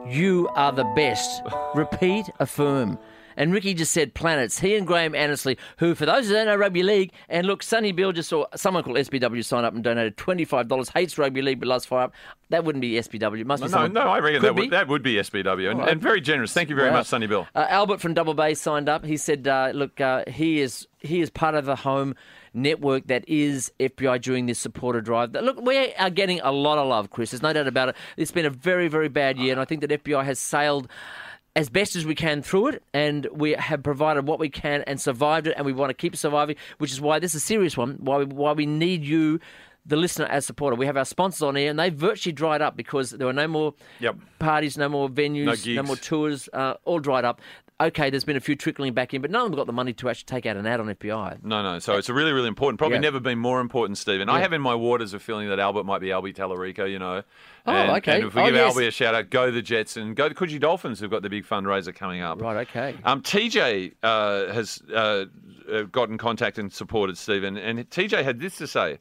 Speaker 10: you are the
Speaker 11: [laughs]
Speaker 10: best, repeat, affirm. And Ricky just said planets. He and Graham Annesley, who, for those who don't know rugby league, and look, Sonny Bill just saw someone called SBW sign up and donated $25, hates rugby league but loves fire up. That wouldn't be SBW. It must
Speaker 11: No,
Speaker 10: be
Speaker 11: no,
Speaker 10: someone-
Speaker 11: no, I reckon
Speaker 10: Could
Speaker 11: that
Speaker 10: be.
Speaker 11: would, that would be SBW. And,
Speaker 10: All right.
Speaker 11: and very generous. Thank you very
Speaker 10: Wow.
Speaker 11: much, Sonny Bill.
Speaker 10: Uh, Albert from Double Bay signed up. He said, uh, "Look, uh, he is he is part of the home network that is FBI during this supporter drive. Look, we are getting a lot of love, Chris. There's no doubt about it. It's been a very very bad year, and I think that FBI has sailed." As best as we can through it, and we have provided what we can and survived it, and we want to keep surviving, which is why this is a serious one. Why we, why we need you, the listener, as supporter. We have our sponsors on here, and they virtually dried up because there were no more parties, no more venues,
Speaker 11: No
Speaker 10: no
Speaker 11: gigs.
Speaker 10: more tours, uh, all dried up. Okay, there's been a few trickling back in, but none of them got the money to actually take out an ad on FBI.
Speaker 11: No, no. So it's a really, really important. Probably
Speaker 10: Yeah.
Speaker 11: never been more important, Stephen. I
Speaker 10: Yeah.
Speaker 11: have in my waters a feeling that Albert might be Albie Tallarico, you know.
Speaker 10: Oh,
Speaker 11: and,
Speaker 10: okay.
Speaker 11: And if we
Speaker 10: Oh,
Speaker 11: give
Speaker 10: yes.
Speaker 11: Albie a shout out, go the Jets and go the Coogee Dolphins, who've got the big fundraiser coming up.
Speaker 10: Right, okay.
Speaker 11: Um, TJ uh, has uh, uh, got in contact and supported Stephen, and TJ had this to say: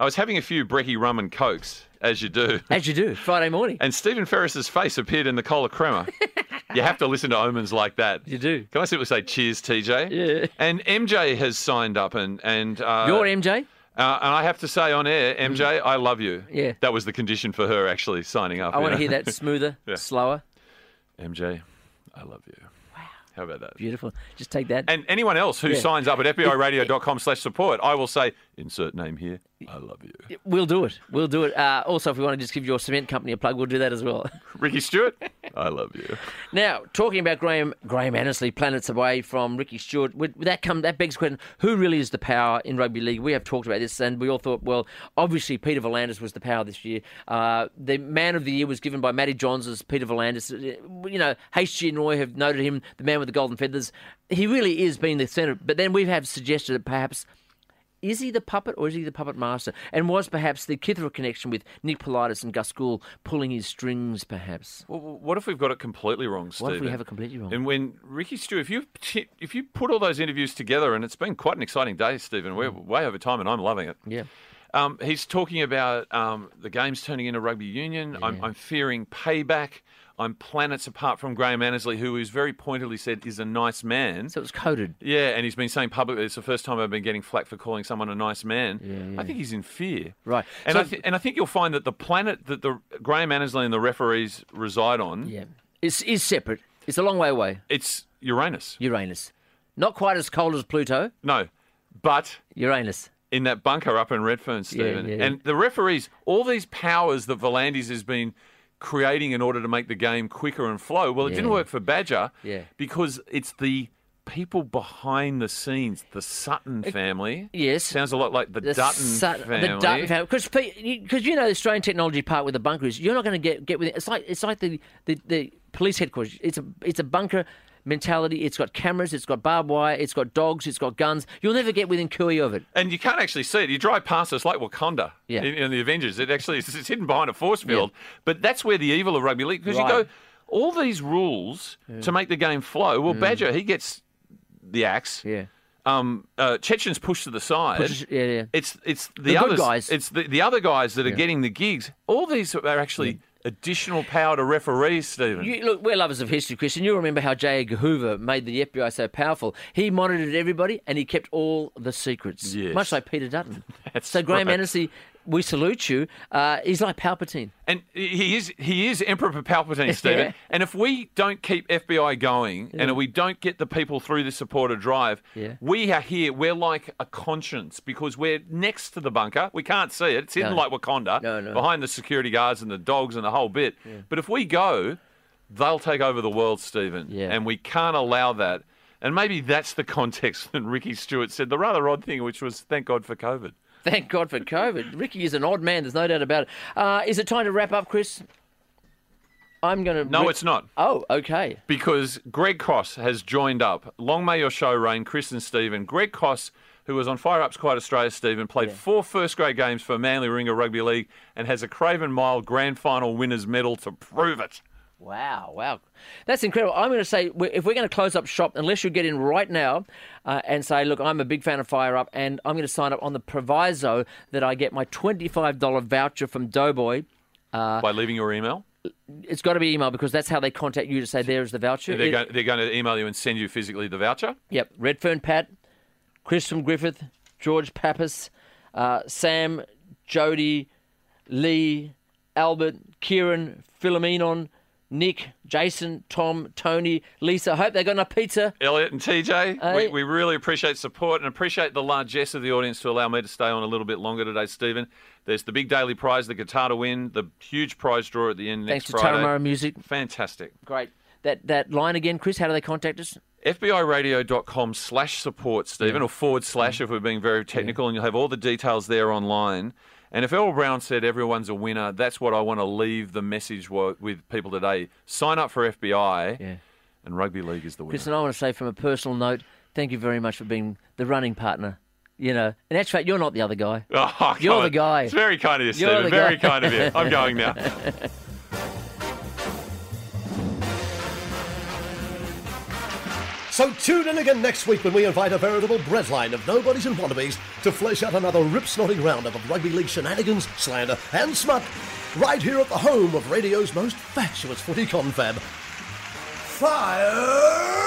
Speaker 11: "I was having a few brekkie rum and cokes, as you do, [laughs]
Speaker 10: as you do, Friday morning."
Speaker 11: And Stephen Ferris's face appeared in the cola crema. you have to listen to omens like that. You
Speaker 10: do.
Speaker 11: Can I simply say cheers, TJ?
Speaker 10: Yeah.
Speaker 11: And MJ has signed up, and and uh,
Speaker 10: Your MJ?
Speaker 11: Uh, and I have to say on air, MJ, I love you.
Speaker 10: Yeah.
Speaker 11: That was the condition for her actually signing up.
Speaker 10: I
Speaker 11: you
Speaker 10: want to
Speaker 11: know?
Speaker 10: hear
Speaker 11: [laughs]
Speaker 10: that smoother,
Speaker 11: Yeah.
Speaker 10: slower.
Speaker 11: [laughs] MJ, I love you. Wow. How about that?
Speaker 10: Beautiful. Just take that.
Speaker 11: And anyone else who
Speaker 10: Yeah.
Speaker 11: signs
Speaker 10: [laughs]
Speaker 11: up at fbiradio.com slash support, I will say, insert name here, I love
Speaker 10: [laughs]
Speaker 11: you.
Speaker 10: We'll do it. We'll do it. Uh, also, if we want to just give your cement company a plug, we'll do that as well. [laughs]
Speaker 11: Ricky Stewart, I love you.
Speaker 10: Now, talking about Graham Graham Annesley, planets away from Ricky Stewart, would- would that come that begs the question: Who really is the power in rugby league? We have talked about this, and we all thought, well, obviously Peter Volandis was the power this year. Uh, the Man of the Year was given by Matty Johns as Peter Volandis. Uh, You know, HG and Roy have noted him, the man with the golden feathers. He really is being the centre. But then we have suggested that perhaps is he the puppet or is he the puppet master? And was perhaps the Kithera connection with Nick Politis and Gus Gould pulling his strings, perhaps?
Speaker 11: Well, what if we've got it completely wrong, Stephen?
Speaker 10: What if we have it completely wrong?
Speaker 11: And when Ricky Stewart, if you if you put all those interviews together, and it's been quite an exciting day, Stephen. We're way over time, and I'm loving it.
Speaker 10: Mm. Yeah.
Speaker 11: Um, he's talking about um, the games turning into rugby union. I'm, I'm fearing payback. I'm planets apart from Graham Annesley, who is very pointedly said is a nice man.
Speaker 10: So it was coded.
Speaker 11: Yeah, and he's been saying publicly it's the first time I've been getting flack for calling someone a nice man. I think he's in fear.
Speaker 10: Right.
Speaker 11: And
Speaker 10: So-
Speaker 11: I th- and I think you'll find that the planet that the Graham Annesley and the referees reside on.
Speaker 10: Yeah. It's is separate. It's a long way away.
Speaker 11: It's Uranus.
Speaker 10: Uranus. Not quite as cold as Pluto.
Speaker 11: No, but
Speaker 10: Uranus.
Speaker 11: In that bunker up in Redfern, Stephen.
Speaker 10: yeah, yeah.
Speaker 11: And the referees, all these powers that Volandis has been creating in order to make the game quicker and flow. Well, it didn't
Speaker 10: Yeah.
Speaker 11: work for Badger
Speaker 10: Yeah.
Speaker 11: because it's the people behind the scenes, the Sutton family.
Speaker 10: yes.
Speaker 11: Sounds a lot like the, Dutton
Speaker 10: Sut-
Speaker 11: family.
Speaker 10: The Dutton family. Because you, 'cause you know the Australian technology part with the bunker is you're not going to get get with it. It's like it's like the, the, the police headquarters. It's a it's a bunker mentality. It's got cameras. It's got barbed wire. It's got dogs. It's got guns. You'll never get within cooey of it.
Speaker 11: And you can't actually see it. You drive past it, it's like Wakanda
Speaker 10: Yeah.
Speaker 11: in, in the Avengers. It actually is it's hidden behind a force field. But that's where the evil of rugby league, because you
Speaker 10: Right.
Speaker 11: go, all these rules to make the game flow. Well, Badger, he gets the axe.
Speaker 10: Mm. Yeah.
Speaker 11: Um, uh, Chechen's pushed to the side.
Speaker 10: Pushes- yeah, yeah.
Speaker 11: It's it's the,
Speaker 10: good
Speaker 11: others,
Speaker 10: guys.
Speaker 11: It's the, the other guys that are
Speaker 10: Yeah.
Speaker 11: getting the gigs. All these are actually additional power to referees, Stephen.
Speaker 10: You, look, we're lovers of history, Christian. You remember how J. Edgar Hoover made the FBI so powerful. He monitored everybody and he kept all the secrets,
Speaker 11: Yes.
Speaker 10: much like Peter Dutton.
Speaker 11: [laughs] That's
Speaker 10: so, Graham
Speaker 11: right.
Speaker 10: Annesley, we salute you. Uh, he's like Palpatine. [laughs]
Speaker 11: And he is he is Emperor Palpatine, Stephen.
Speaker 10: Yeah.
Speaker 11: And if we don't keep FBI going, and
Speaker 10: Yeah.
Speaker 11: if we don't get the people through the supporter drive,
Speaker 10: Yeah.
Speaker 11: we are here. We're like a conscience because we're next to the bunker. We can't see it. It's hidden
Speaker 10: No.
Speaker 11: like Wakanda, behind the security guards and the dogs and the whole bit. But if we go, they'll take over the world, Stephen. And we can't allow that. And maybe that's the context [laughs] that Ricky Stewart said the rather odd thing, which was thank God for COVID.
Speaker 10: Thank God for COVID. Ricky is an odd man, there's no doubt about it. Uh, is it time to wrap up, Chris? I'm going to.
Speaker 11: No, it's not.
Speaker 10: Oh, okay.
Speaker 11: because Greg Cross has joined up. Long may your show reign, Chris and Stephen. Greg Cross, who was on Fire Ups Quite Australia, Stephen, played four first grade games for Manly Ringer Rugby League and has a Craven Mile Grand Final winner's medal to prove it.
Speaker 10: Wow, wow. That's incredible. I'm going to say, we- if we're going to close up shop, unless you get in right now uh, and say, look, I'm a big fan of Fire Up and I'm going to sign up on the proviso that I get my $25 voucher from Doughboy. Uh,
Speaker 11: By leaving your email?
Speaker 10: it's got to be email because that's how they contact you to say, there is the voucher.
Speaker 11: They're,
Speaker 10: It-
Speaker 11: go- they're going to email you and send you physically the voucher?
Speaker 10: Yep. Redfern Pat, Chris from Griffith, George Pappas, uh, Sam, Jody, Lee, Albert, Kieran, Philomenon, Nick, Jason, Tom, Tony, Lisa. Hope they got enough pizza.
Speaker 11: Elliot and TJ,
Speaker 10: Hey.
Speaker 11: we, we really appreciate support and appreciate the largesse of the audience to allow me to stay on a little bit longer today, Stephen. There's the big daily prize, the guitar to win, the huge prize draw at the end
Speaker 10: Thanks
Speaker 11: next
Speaker 10: to
Speaker 11: Friday.
Speaker 10: Taramara Music.
Speaker 11: Fantastic.
Speaker 10: Great. That that line again, Chris. How do they contact us?
Speaker 11: FBIradio.com slash support, Stephen, or forward slash
Speaker 10: Mm-hmm.
Speaker 11: if we're being very technical, and you'll have all the details there online. And if Earl Brown said everyone's a winner, that's what I want to leave the message wa- with people today. Sign up for FBI, and rugby league is the winner.
Speaker 10: Chris and I want to say, from a personal note, thank you very much for being the running partner. You know, in actual fact, you're not the other guy.
Speaker 11: [laughs] Oh, come
Speaker 10: you're the
Speaker 11: on.
Speaker 10: guy.
Speaker 11: It's very kind of you,
Speaker 10: You're
Speaker 11: Stephen.
Speaker 10: the
Speaker 11: Very
Speaker 10: guy.
Speaker 11: kind of you. I'm going now.
Speaker 10: [laughs]
Speaker 1: So tune in again next week when we invite a veritable breadline of nobodies and wannabes to flesh out another rip-snorting roundup of rugby league shenanigans, slander and smut right here at the home of radio's most fatuous footy confab. Fire!